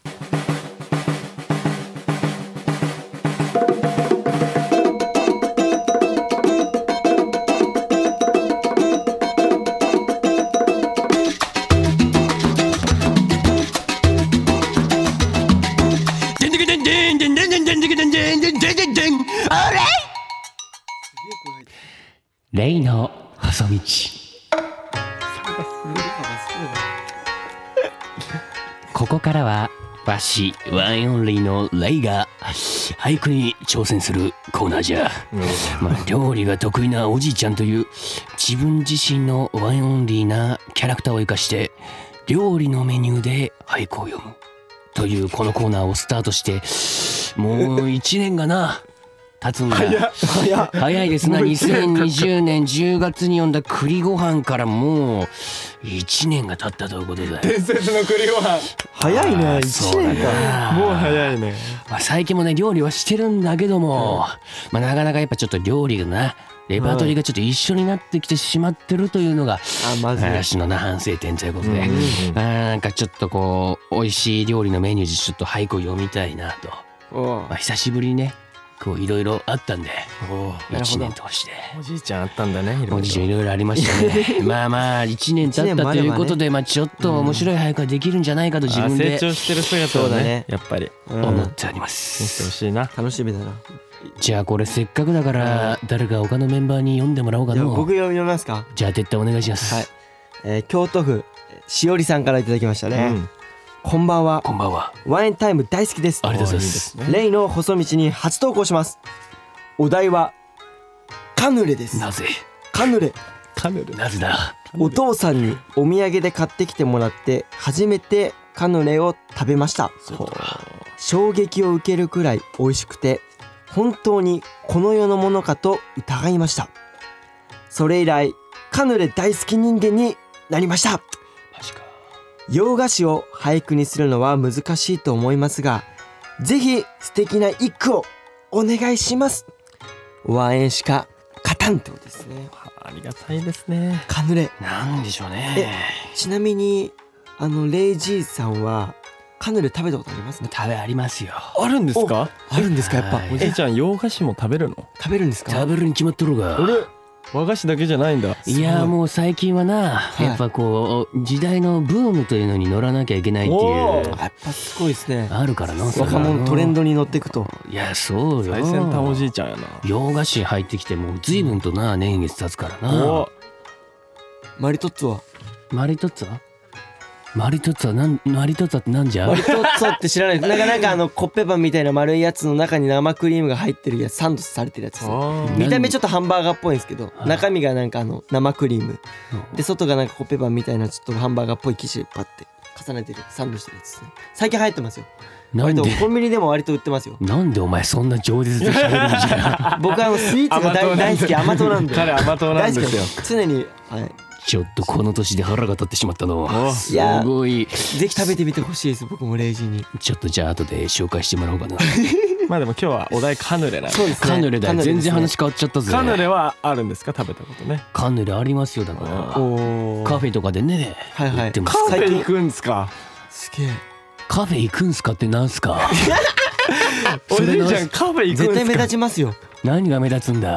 Speaker 2: でんでんでんでんでんでんでんでんでんでんでんでんでんでんでんオーレイレイの細道ここからはわしワンオンリーのレイが俳句に挑戦するコーナーじゃ、まあ、料理が得意なおじいちゃんという自分自身のワンオンリーなキャラクターを生かして料理のメニューで俳句を読むというこのコーナーをスタートしてもう1年がな経つんだ
Speaker 1: 早っ
Speaker 2: 早いですな2020年10月に読んだ栗ご飯からもう1年が経ったということだよ
Speaker 3: 伝説の栗ご飯
Speaker 1: 早い
Speaker 2: あ
Speaker 1: ね
Speaker 2: ー
Speaker 1: 一
Speaker 2: そうだ
Speaker 1: 年
Speaker 2: ね
Speaker 1: 間
Speaker 3: もう早いね
Speaker 2: まあ、最近もね料理はしてるんだけども、まあ、なかなかやっぱちょっと料理がなレパートリーがちょっと一緒になってきてしまってるというのが
Speaker 1: あまずい
Speaker 2: 私のな反省点ということで、
Speaker 3: うん
Speaker 2: あーなんかちょっとこう美味しい料理のメニューでちょっと俳句を読みたいなと、
Speaker 1: おう
Speaker 2: まあ、久しぶりにねこういろいろあったんで
Speaker 3: おー
Speaker 1: なるほ
Speaker 2: 1
Speaker 1: ど
Speaker 2: 年通して。
Speaker 3: おじいちゃんあったんだねいろいろ
Speaker 2: もちろんいろいろありました
Speaker 1: [LAUGHS]
Speaker 2: ねまあまあ1年
Speaker 1: 一
Speaker 2: 経
Speaker 1: 年
Speaker 2: った
Speaker 1: もあれば
Speaker 2: とい
Speaker 1: ね
Speaker 2: うことで、まあちょっと面白い俳句ができるんじゃないかと自
Speaker 3: あ
Speaker 2: 分
Speaker 3: 成
Speaker 2: で
Speaker 3: 長してる姿を
Speaker 1: そうだ
Speaker 3: ね
Speaker 1: ね
Speaker 3: やっぱり
Speaker 1: うん
Speaker 2: 思っておりま
Speaker 3: 見せて
Speaker 2: す
Speaker 3: ほ、しいな
Speaker 1: 楽しみだな
Speaker 2: じゃあこれせっかくだから誰か他のメンバーに読んでもらおうか
Speaker 1: じゃあ
Speaker 2: の
Speaker 1: 僕読みますか
Speaker 2: じゃあ絶対お願いします、
Speaker 1: はいえー京都府しおりさんからいただきましたね、
Speaker 3: うん
Speaker 1: こんばんは
Speaker 2: こんばんは
Speaker 1: ワインタイム大好きです
Speaker 2: ありがとうございま
Speaker 3: い
Speaker 2: す
Speaker 3: いで
Speaker 1: レイの細道に初投稿しますお題はカヌレです
Speaker 2: なぜ
Speaker 1: カヌレ
Speaker 3: カヌレ
Speaker 2: なぜだ
Speaker 1: お父さんにお土産で買ってきてもらって初めてカヌレを食べました衝撃を受けるくらい美味しくて本当にこの世のものかと疑いましたそれ以来カヌレ大好き人間になりました
Speaker 2: マジか
Speaker 1: 洋菓子を俳句にするのは難しいと思いますがぜひ素敵な一句をお願いします和円しか勝たんってことですね
Speaker 3: ありがたいですね
Speaker 1: カヌレ
Speaker 2: なんでしょうね
Speaker 1: ちなみにあのレイジーさんはカヌレ食べたことありますね
Speaker 2: 食べありますよ
Speaker 3: あるんですか
Speaker 1: あるんですかやっぱ
Speaker 2: はい
Speaker 1: お
Speaker 3: お
Speaker 1: じ
Speaker 3: じ
Speaker 1: い
Speaker 3: いちゃん洋菓子も食べるの
Speaker 1: 食べるんですか
Speaker 2: 食べるに決まっとるが
Speaker 3: 俺和菓子だけじゃないんだ
Speaker 2: いやもう最近はな、
Speaker 1: い
Speaker 2: やっぱこう時代のブームというのに乗らなきゃいけないってい
Speaker 3: お
Speaker 2: う
Speaker 3: ー
Speaker 1: あやっぱすごいですね
Speaker 2: あるからな
Speaker 1: 若者トレン
Speaker 2: ド
Speaker 1: ドに乗っていくと
Speaker 2: いやそうよ
Speaker 3: 最先端おじいちゃんや
Speaker 2: 洋菓子入ってきてもう随分とな年月経つから
Speaker 3: な
Speaker 2: な
Speaker 3: お
Speaker 1: マリトッツォは
Speaker 2: マリトッツァマリトッツァなんマリトッツァってなんじゃ
Speaker 1: マリトッツォって知らないなんかなんかあ
Speaker 2: [LAUGHS]
Speaker 1: のコッペパンみたいな丸いやつの中に生クリームが入ってるやつサンドされてるやつですね
Speaker 3: あー
Speaker 1: 見た目ちょっとハンバーガーっぽいんですけど
Speaker 2: はい
Speaker 1: 中身がなんかあの生クリーム
Speaker 2: うん
Speaker 1: で外がなんかコッペパンみたいなちょっとハンバーガーっぽい生地パッて重ねてるサンドしてるやつですね最近流行ってますよ
Speaker 2: な
Speaker 1: 割
Speaker 2: ん
Speaker 1: と
Speaker 2: で
Speaker 1: コンビニでも割と売ってますよ
Speaker 2: なんでお前そんな饒舌で喋るんじゃ [LAUGHS]
Speaker 1: 僕はあのスイーツが大大好き甘党なんで
Speaker 3: 彼甘党なん
Speaker 1: 大好
Speaker 3: で
Speaker 1: き
Speaker 3: すよ
Speaker 1: 常に、はい、
Speaker 2: ちょっとこの年で腹が立ってしまったの
Speaker 3: お
Speaker 2: す
Speaker 1: いや
Speaker 2: ごい
Speaker 1: ぜひ食べてみてほしいです僕もレイジに
Speaker 2: ちょっとじゃあ後で紹介してもらおうかな
Speaker 3: まあでも今日はお題カヌレなんで
Speaker 1: そうですね
Speaker 2: カヌレだよ全然話変わっちゃったぜ
Speaker 3: カヌレはあるんですか食べたことね
Speaker 2: カヌレありますよだから
Speaker 1: お
Speaker 2: カ
Speaker 1: ー
Speaker 2: フェとかでね
Speaker 1: はいはい
Speaker 2: 売ってます
Speaker 3: カフ
Speaker 1: 最
Speaker 3: ェ
Speaker 1: 近
Speaker 3: 行くんですか
Speaker 1: すげえ
Speaker 2: カフェ行くんすかってなん
Speaker 1: [LAUGHS]
Speaker 2: すか
Speaker 3: お
Speaker 2: それ
Speaker 3: じい
Speaker 2: な
Speaker 3: ちゃんカフェ行く
Speaker 1: 絶
Speaker 3: ん
Speaker 1: 対目
Speaker 3: です
Speaker 1: 立
Speaker 3: か
Speaker 1: ちますよ
Speaker 2: 何が目立つんだ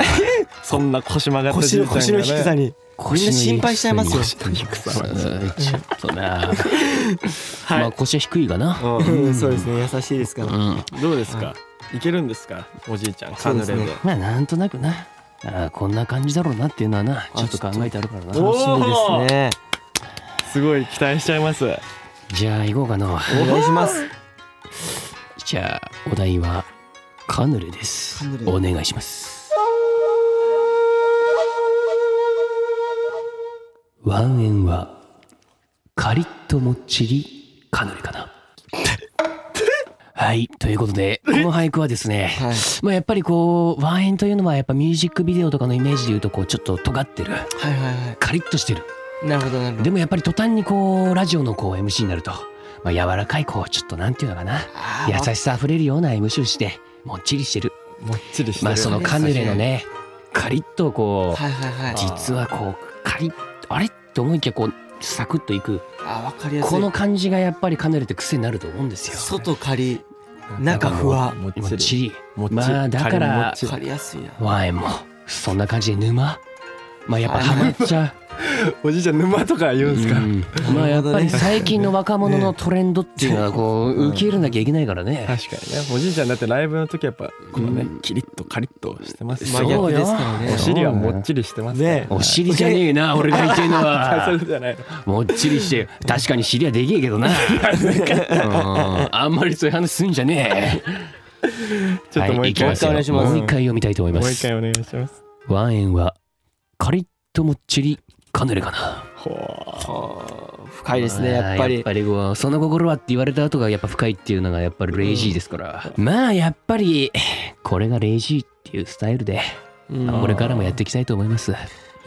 Speaker 3: そんな腰曲がった
Speaker 1: 腰
Speaker 3: じい
Speaker 1: の
Speaker 3: ちゃ
Speaker 1: 腰の低
Speaker 3: んがね
Speaker 1: さに [LAUGHS] みんな心配しちゃいますよ
Speaker 2: 腰の低さにうんちょっと
Speaker 1: [LAUGHS]
Speaker 2: な
Speaker 3: はい
Speaker 2: まあ腰は低いがな
Speaker 1: うんそうですね優しいですか
Speaker 2: う
Speaker 1: ら
Speaker 2: ん
Speaker 3: どうですかいけるんですかおじいちゃんカヌレ
Speaker 1: そうで
Speaker 3: です
Speaker 1: ね
Speaker 2: まあなんとなくなあーこんな感じだろうなっていうのはなちょっと考えてあるからな
Speaker 3: お
Speaker 1: 楽しみですね
Speaker 3: すごい期待しちゃいます
Speaker 2: じゃあ行こうかな
Speaker 1: お願いします
Speaker 2: じゃあお題はカヌレです
Speaker 1: カヌレ
Speaker 2: お願いしますワンエンはカリッともっちりカヌレかなはいということでこの俳句はですね
Speaker 1: はい
Speaker 2: まあやっぱりこうワンエンというのはやっぱミュージックビデオとかのイメージでいうとこうちょっと尖ってる
Speaker 1: はいはいは
Speaker 2: カリッとしてる
Speaker 1: いなるほどなるほど
Speaker 2: でもやっぱり途端にこうラジオのこう MC になると、まあ、柔らかいこうちょっとなんていうのかな
Speaker 1: あー
Speaker 2: 優しさあふれるような MC をしてもっちりしてる
Speaker 3: もっちりしてる、
Speaker 2: まあそのカヌレのねカリッとこう
Speaker 1: はいはいはい
Speaker 2: 実はこうカリッあれって思いきやこうサクッといく
Speaker 1: あわかりやすい
Speaker 2: この感じがやっぱりカヌレって癖になると思うんですよ。
Speaker 1: 外仮中ふわ
Speaker 3: もっ
Speaker 2: もっ
Speaker 3: ち
Speaker 2: ち
Speaker 3: り
Speaker 2: り
Speaker 3: もっちり
Speaker 2: まあだから
Speaker 3: カニもっちり
Speaker 1: わかりやすいな
Speaker 2: ワインもそんな感じで沼まあやっぱハマっちゃう。
Speaker 3: おじいちゃん沼とか言うんですか、
Speaker 2: うんまあやっぱり最近の若者のトレンドっていうのはこう
Speaker 3: うん
Speaker 2: 受け入れなきゃいけないからね。
Speaker 3: 確かにねおじいちゃんだってライブの時やっぱこのね、
Speaker 2: うん
Speaker 3: キリッとカリッとしてます
Speaker 1: 真
Speaker 2: そう
Speaker 1: 逆
Speaker 2: よ
Speaker 1: ですから
Speaker 3: お
Speaker 1: ね
Speaker 3: 尻はもっちりしてますから
Speaker 1: ね
Speaker 2: お尻じゃねえな俺が言ってるの [LAUGHS]
Speaker 3: あそうい
Speaker 2: は
Speaker 3: うことじゃないの
Speaker 2: もっちりして確かに尻はでけえけどなうんあんまりそういう話すんじゃねえ
Speaker 3: ちょっともう
Speaker 2: はい
Speaker 3: 一
Speaker 2: 行き
Speaker 3: 回、
Speaker 2: ますよ
Speaker 1: も
Speaker 2: も
Speaker 1: う
Speaker 2: う
Speaker 1: 一回お願いします
Speaker 2: 一回読みたいと思いま
Speaker 3: もう一
Speaker 2: す
Speaker 3: 回お願いします
Speaker 2: ワンエンはカリッともっちりカヌレかな
Speaker 3: ほう
Speaker 1: はあ深いですねやっぱ
Speaker 2: あーや
Speaker 1: り
Speaker 2: っぱりこうその心はって言われた後がやっぱ深いっていうのがやっぱりレイジーですから、まあやっぱりこれがレイジーっていうスタイルで
Speaker 1: うん
Speaker 2: これからもやっていきたいと思います
Speaker 1: い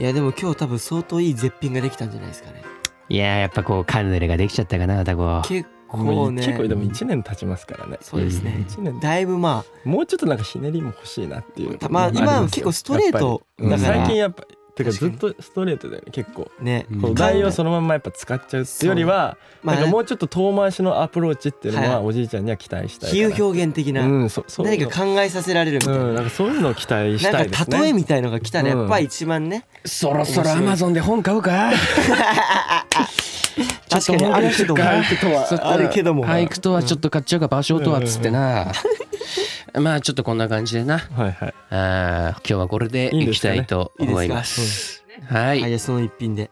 Speaker 1: やでも今日多分相当いい絶品ができたんじゃないですかね
Speaker 2: いやーやっぱこうカヌレができちゃったかなまたこう
Speaker 1: 結
Speaker 3: も
Speaker 1: 構
Speaker 3: う
Speaker 1: ね
Speaker 3: 結構でも1年経ちますからね
Speaker 1: そうですね
Speaker 3: 1年
Speaker 1: だいぶま
Speaker 3: もうちょっとなんかひねりも欲しいなっていう
Speaker 1: たまあ
Speaker 3: うん
Speaker 1: 今は
Speaker 3: ります
Speaker 1: 結
Speaker 3: よ
Speaker 1: 構ストレート
Speaker 3: やっぱり
Speaker 2: だから
Speaker 3: 最近やっぱてかず
Speaker 1: 確
Speaker 3: っとストレートだよね結構
Speaker 1: あね
Speaker 2: うん
Speaker 3: こう概要そのまんまやっぱ使っちゃうっていうよりは
Speaker 1: ま
Speaker 3: なんかも
Speaker 1: あ
Speaker 3: うちょっと遠回しのアプローチっていうの
Speaker 1: は
Speaker 3: はいおじいちゃんには期待したいか
Speaker 1: 比
Speaker 3: な
Speaker 1: 喩表現的な
Speaker 3: うんそそういう
Speaker 1: 何
Speaker 3: の
Speaker 1: か考えさせられるみたい
Speaker 3: うん
Speaker 1: な
Speaker 3: なんかそういうのを期待した
Speaker 1: ないん
Speaker 3: で
Speaker 1: か
Speaker 3: すね
Speaker 1: 例えみたいのが来たね
Speaker 3: うん
Speaker 1: やっぱり一番ね
Speaker 2: そろそろアマゾンで本買うか
Speaker 1: 確かにあるけども
Speaker 2: ちょっと
Speaker 1: あるけども
Speaker 2: 文ちょっと
Speaker 1: あるけども
Speaker 2: 俳句とはちょっと買っちゃうか場所とはっつってな [LAUGHS] まあちょっとこんな感じでな
Speaker 3: はいはい
Speaker 2: あー今日はこれでいきたいと思いますはい
Speaker 1: はい、じゃあその一品で。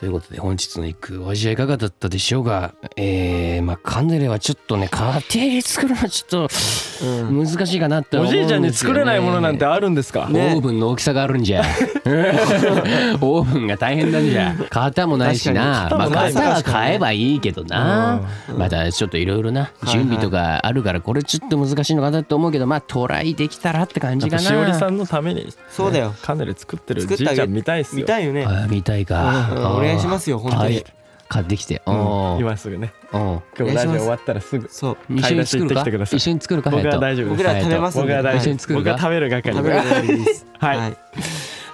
Speaker 2: ということで本日の一句お味はいかがだったでしょうかえー、まあカヌレはちょっとね家庭で作るのはちょっと
Speaker 1: うん。
Speaker 2: 難しいかなって
Speaker 3: お
Speaker 2: 思うんです
Speaker 3: じ
Speaker 2: よ、ね、
Speaker 3: いちゃんに作れないものなんてあるんですか
Speaker 2: オーブンの大きさがある
Speaker 1: [LAUGHS]
Speaker 2: んじゃオーブンが大変なんじゃ型もないしな
Speaker 1: 確かに
Speaker 2: ま
Speaker 1: 型
Speaker 2: あ、
Speaker 1: も
Speaker 2: 型
Speaker 1: ない
Speaker 2: は買えばいいけどな、またちょっといろいろない
Speaker 1: はい
Speaker 2: 準備とかあるからこれちょっと難しいのかなと思うけどまあトライできたらって感
Speaker 3: や
Speaker 2: じ
Speaker 3: っ
Speaker 2: か
Speaker 3: ぱ
Speaker 2: な
Speaker 3: しおりさんのために
Speaker 1: そうだよ
Speaker 3: ねカヌレ作ってる
Speaker 1: 作
Speaker 3: じ
Speaker 1: っ
Speaker 3: い
Speaker 1: てあげ
Speaker 3: ちゃん見たいっすよ
Speaker 1: 見たいよね。
Speaker 2: あー見たいか、
Speaker 1: うんお願いしますすよ、本当
Speaker 2: は
Speaker 1: に
Speaker 2: い。買ってきて
Speaker 3: うん
Speaker 2: おー
Speaker 3: 今すぐね
Speaker 2: おー
Speaker 3: 今日ラジオ終わったらすぐ
Speaker 1: そう。
Speaker 2: 一緒に作る
Speaker 3: 買い出し行って
Speaker 2: か
Speaker 3: きてください
Speaker 2: 一緒に作るか
Speaker 3: 僕は
Speaker 2: 隼人
Speaker 3: 大丈夫
Speaker 1: 僕
Speaker 3: で
Speaker 1: ら食べます
Speaker 3: す
Speaker 1: ん
Speaker 3: 僕
Speaker 1: で。
Speaker 3: は大
Speaker 2: 一緒
Speaker 3: 丈夫
Speaker 2: に作る
Speaker 3: 僕
Speaker 2: か
Speaker 3: は食べる係
Speaker 1: 食べるだけでいいです。
Speaker 3: はい
Speaker 1: い。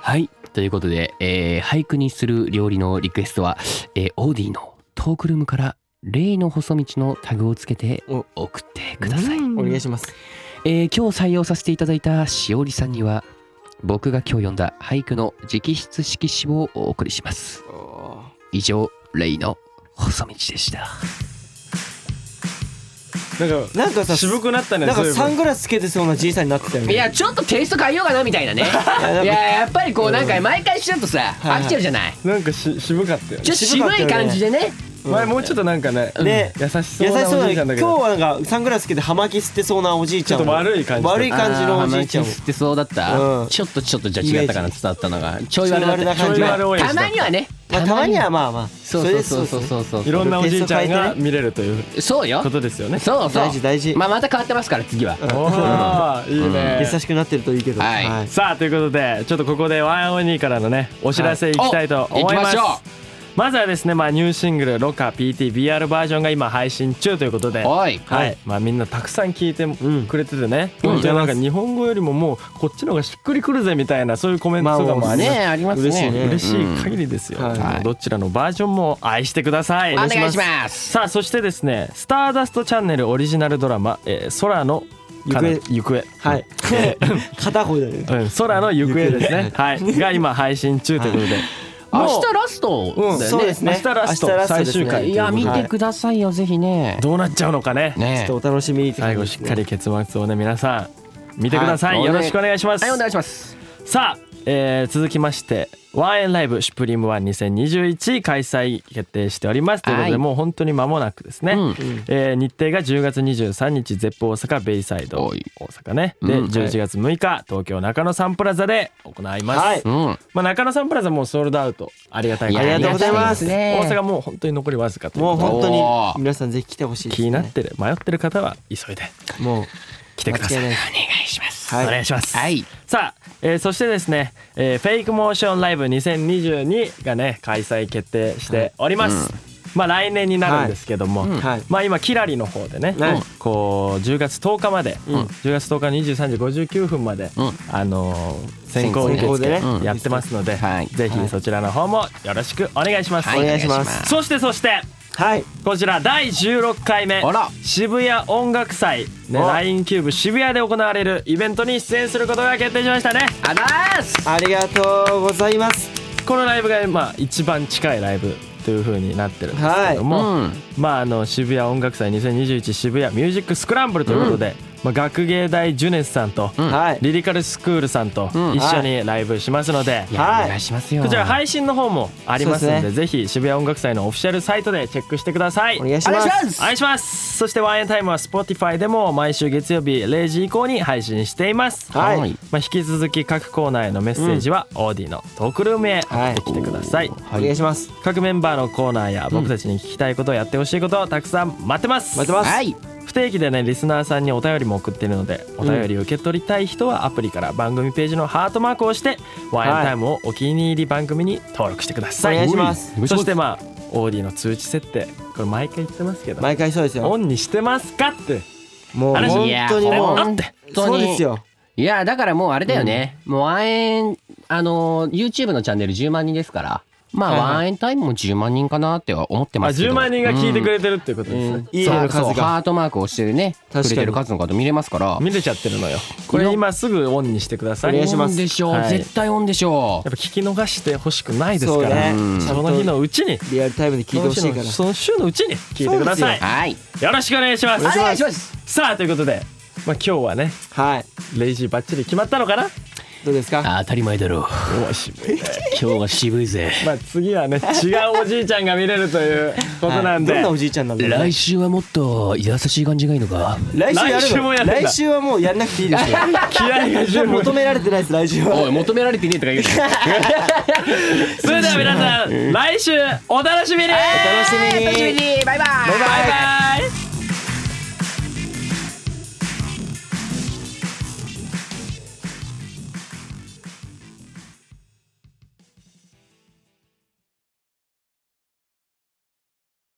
Speaker 2: はいということで、えー俳句にする料理のリクエストは、えーオーディのトークルームから「例の細道」のタグをつけて
Speaker 1: お
Speaker 2: 送ってください、
Speaker 1: お願いします。
Speaker 2: えー今日採用させていただいたしおりさんには僕が今日読んだ俳句の直筆色紙をお送りします
Speaker 1: お
Speaker 2: 以上例の細道でした
Speaker 3: なん
Speaker 1: ーなんか
Speaker 3: か
Speaker 1: さ、
Speaker 3: 渋くなったね
Speaker 1: なんか
Speaker 3: そういえば
Speaker 1: サングラスつけてそうなじいさんになってたよね。
Speaker 2: いやちょっとテイスト変えようかなみたいなね
Speaker 1: や
Speaker 2: [LAUGHS] いややっぱりこうなんか毎回しちゃうとさ
Speaker 1: はい
Speaker 2: 飽きちゃうじゃない
Speaker 3: なんかし渋かった
Speaker 2: ちょ
Speaker 3: よね
Speaker 2: っと渋い感じでね
Speaker 3: 前もうちょっとなんかね
Speaker 1: ね
Speaker 3: 優しそ
Speaker 1: 優
Speaker 3: う
Speaker 1: し
Speaker 3: な
Speaker 1: そう
Speaker 3: おじいちゃ
Speaker 1: なん今
Speaker 3: だけ
Speaker 1: 日
Speaker 3: ど
Speaker 1: はなんかサングラスつけて葉巻吸ってそうなおじいちゃんを。
Speaker 3: ちょっと悪い感じ
Speaker 1: 悪い感じのおじいちゃんを
Speaker 2: あー鼻血吸ってそうだった、
Speaker 1: うん
Speaker 2: ちょっとちょっとじゃあ違ったかな
Speaker 1: イメー
Speaker 2: 伝わったのがちょい悪だった
Speaker 1: ちょい悪な感じ
Speaker 2: まあ
Speaker 3: ちょい悪オレン
Speaker 2: た
Speaker 3: ジだっ
Speaker 2: ま
Speaker 3: た
Speaker 2: にはね
Speaker 1: まあたまにはまあまあ。
Speaker 2: そう
Speaker 1: れ
Speaker 2: そう
Speaker 1: で
Speaker 2: そうそうそうそう
Speaker 3: いろんなおじいちゃん
Speaker 1: テイスト変え
Speaker 3: が
Speaker 1: て
Speaker 3: 見れるという
Speaker 2: そうよ
Speaker 3: ことですよね
Speaker 2: そうそう
Speaker 1: 大事大事
Speaker 2: まあ、また変わってますから次は
Speaker 3: おーいいね
Speaker 1: 優しくなってるといいけど。
Speaker 2: はい
Speaker 3: さあということでちょっとここでワンオニーからのねお知らせいきたいと思いま
Speaker 2: はいお行き
Speaker 3: す、
Speaker 2: ましょ
Speaker 3: まずはですね、まあ、ニューシングル「ロカ PTBR バージョン」が今配信中ということで
Speaker 2: おい
Speaker 3: はいまあ、みんなたくさん聞いてくれててね、
Speaker 2: うん
Speaker 3: じゃあなんか日本語よりももうこっちの方がしっくりくるぜみたいなそういうコメントとかもありま
Speaker 2: ね
Speaker 3: す、
Speaker 2: ありますね
Speaker 1: 嬉しいね
Speaker 3: 嬉しい限りですよ、
Speaker 1: はい
Speaker 3: もうどちらのバージョンも愛してください
Speaker 2: お願いしますお願いします
Speaker 3: さあそしてですね「スターダストチャンネル」オリジナルドラマ「えー空の彼方行方」
Speaker 1: はい。
Speaker 3: [LAUGHS]
Speaker 1: 片方だよね。
Speaker 3: うん、空の行方ですね。はい、が今配信中ということで。
Speaker 2: 明
Speaker 3: も
Speaker 2: 日ラストだよね、
Speaker 3: う
Speaker 1: そうですね
Speaker 3: 明日ラスト
Speaker 1: 明日ラストで
Speaker 3: 最
Speaker 1: すね
Speaker 3: 終回と
Speaker 2: いうや
Speaker 3: ことで
Speaker 2: 見てくださいよぜひね
Speaker 3: どうなっちゃうのかね。
Speaker 1: ちょ
Speaker 2: ね
Speaker 1: っとお楽しみにって感じで
Speaker 3: 最後
Speaker 1: す
Speaker 3: しっ
Speaker 1: ね
Speaker 3: かり結末をね皆さん見てください。
Speaker 2: はい
Speaker 3: よろしくお願いします。
Speaker 2: はいお願いします
Speaker 3: さあ、えー続きましてワンエンライブシュプリームワン2021開催決定しておりますということで、
Speaker 2: はい
Speaker 3: もう本当に間もなくですね、
Speaker 2: うん
Speaker 3: えー日程が10月23日ゼップ大阪ベイサイド
Speaker 2: お
Speaker 3: 大
Speaker 2: い
Speaker 3: 阪ねで、
Speaker 2: うん
Speaker 3: 11月6日東京中野サンプラザで行います、
Speaker 1: はい
Speaker 2: うん。
Speaker 3: まあ、中野サンプラザもうソールドアウトありがたい
Speaker 2: いや
Speaker 1: ありがとうございます
Speaker 2: ありがたいです
Speaker 3: 大
Speaker 2: ね
Speaker 3: 阪もう本当に残りわずかという
Speaker 1: もう
Speaker 3: ことで
Speaker 1: 本当
Speaker 2: お
Speaker 1: に
Speaker 2: ー
Speaker 1: 皆さんぜひ来てほしいです、ね、
Speaker 3: 気になってる迷ってる方は急いで
Speaker 1: もう
Speaker 3: 来てください
Speaker 1: 間違いない
Speaker 2: お願いします。
Speaker 1: はい
Speaker 3: お願いします、
Speaker 2: はい。
Speaker 3: さあ、えーそしてですね、えーフェイクモーションライブ2022がね開催決定しております、まあ来年になるんですけども、
Speaker 2: はいうん
Speaker 1: はい
Speaker 3: まあ今キラリの方でね、
Speaker 1: はい
Speaker 3: こう10月10日まで、10月10日23時59分まで、
Speaker 2: うん
Speaker 3: あのー先行
Speaker 2: 先
Speaker 3: 受
Speaker 1: 行
Speaker 3: 付
Speaker 1: でね
Speaker 3: やってますので、
Speaker 2: はい
Speaker 3: ぜひそちらの方もよろしくお願いします、
Speaker 1: お願いします
Speaker 2: は
Speaker 3: そしてそして
Speaker 1: はい
Speaker 3: こちら第16回目
Speaker 2: あら
Speaker 3: 渋谷音楽祭、ね、
Speaker 1: お
Speaker 3: LINE キューブ渋谷で行われるイベントに出演することが決定しましたね
Speaker 2: あらーす。
Speaker 1: ありがとうございます
Speaker 3: このライブがまあ一番近いライブという風になってるんですけども、
Speaker 2: うん。
Speaker 3: まああの渋谷音楽祭2021渋谷ミュージックスクランブルということで、まあ、学芸大ジュネスさんと、
Speaker 2: ん
Speaker 1: はい
Speaker 3: リリカルスクールさんと
Speaker 2: うん
Speaker 3: 一緒にライブしますので、
Speaker 2: いや
Speaker 1: はい
Speaker 2: お願いしますよ。
Speaker 3: こちら配信の方もありますので
Speaker 1: そうで
Speaker 3: ぜひ渋谷音楽祭のオフィシャルサイトでチェックしてください
Speaker 1: お願いし
Speaker 2: お
Speaker 1: ま
Speaker 2: 願
Speaker 1: す
Speaker 2: いします。
Speaker 3: お願いしますそしてワンエンタイムは Spotify でも毎週月曜日0時以降に配信しています、
Speaker 1: はい
Speaker 2: はい
Speaker 3: まあ、引き続き各コーナーへのメッセージは OD のトークルームへ送ってきてください、
Speaker 1: お願いします
Speaker 3: 各メンバーのコーナーや僕たちに聞きたいことをやってほしいことをたくさん待ってます
Speaker 1: 待ってます
Speaker 2: はい。
Speaker 3: 不定期でねリスナーさんにお便りも送ってるのでお便りを受け取りたい人はアプリから番組ページのハートマークを押してワインタイムをお気に入り番組に登録してください、
Speaker 1: お願いします
Speaker 2: お願いします
Speaker 3: そしてまあ OD の通知設定これ毎回言ってますけど
Speaker 1: 毎回そうです
Speaker 3: オ
Speaker 1: よ
Speaker 3: ンにしてますかって
Speaker 1: もう
Speaker 3: あれ
Speaker 1: 本当にも
Speaker 3: いや
Speaker 1: う
Speaker 3: 本
Speaker 2: 当
Speaker 1: そう
Speaker 2: に
Speaker 1: ですよ
Speaker 2: いやだからもうあれだよね。もうワンエンあのー YouTube のチャンネル10万人ですから。まあ、
Speaker 1: はいはい
Speaker 2: ワンエンタイムも10万人かなっては思って
Speaker 3: あ
Speaker 2: ますけど。
Speaker 3: 10万人が聞いてく
Speaker 2: れ
Speaker 3: れてるっていうことですね、
Speaker 1: いいねの数
Speaker 2: そう
Speaker 1: が
Speaker 2: ハートマークを押してね
Speaker 1: 確
Speaker 2: く
Speaker 1: か
Speaker 2: れ
Speaker 1: に
Speaker 2: てる数の方見れますから
Speaker 3: 見れちゃってるのよこれ今すぐオンにしてくださ
Speaker 1: お
Speaker 3: い
Speaker 1: 願いします
Speaker 2: オンでしょう、
Speaker 3: はい
Speaker 2: 絶対オンでしょ
Speaker 3: やっぱ聞き逃してほしくないですから
Speaker 1: そうね
Speaker 2: うん
Speaker 1: ちゃん
Speaker 3: そ
Speaker 1: と
Speaker 3: の日のうちに
Speaker 1: リアルタイムで聞いてほしいから
Speaker 3: その週のうちに聞いてくださいう
Speaker 2: はい
Speaker 3: よろしくお願いします
Speaker 1: お願いし
Speaker 2: ます
Speaker 3: さあということで、まあ、今日はね
Speaker 1: はい
Speaker 3: レイジーバッチリ決まったのかな
Speaker 1: どうですか
Speaker 2: 当たり前だろう
Speaker 3: おい渋いね
Speaker 2: 今日は渋いぜ
Speaker 3: まあ次
Speaker 1: [LAUGHS]
Speaker 3: はね違うおじいちゃんが見れるということなんで、
Speaker 1: どんなおじいちゃんなんだろうね
Speaker 2: 週はもっと優しい感じがいいのか
Speaker 1: 来週やるの
Speaker 3: 来週もやるんだ
Speaker 1: 来週はもうやんなくていいです [LAUGHS] よ
Speaker 3: 気合が十分
Speaker 1: 求められてないです来週
Speaker 2: おい
Speaker 1: は
Speaker 2: 求められてねえとか言うな
Speaker 3: それでは皆さん来週お楽しみに
Speaker 1: お楽しみにバイバ
Speaker 2: にバイバイ
Speaker 1: イ
Speaker 3: バイバイ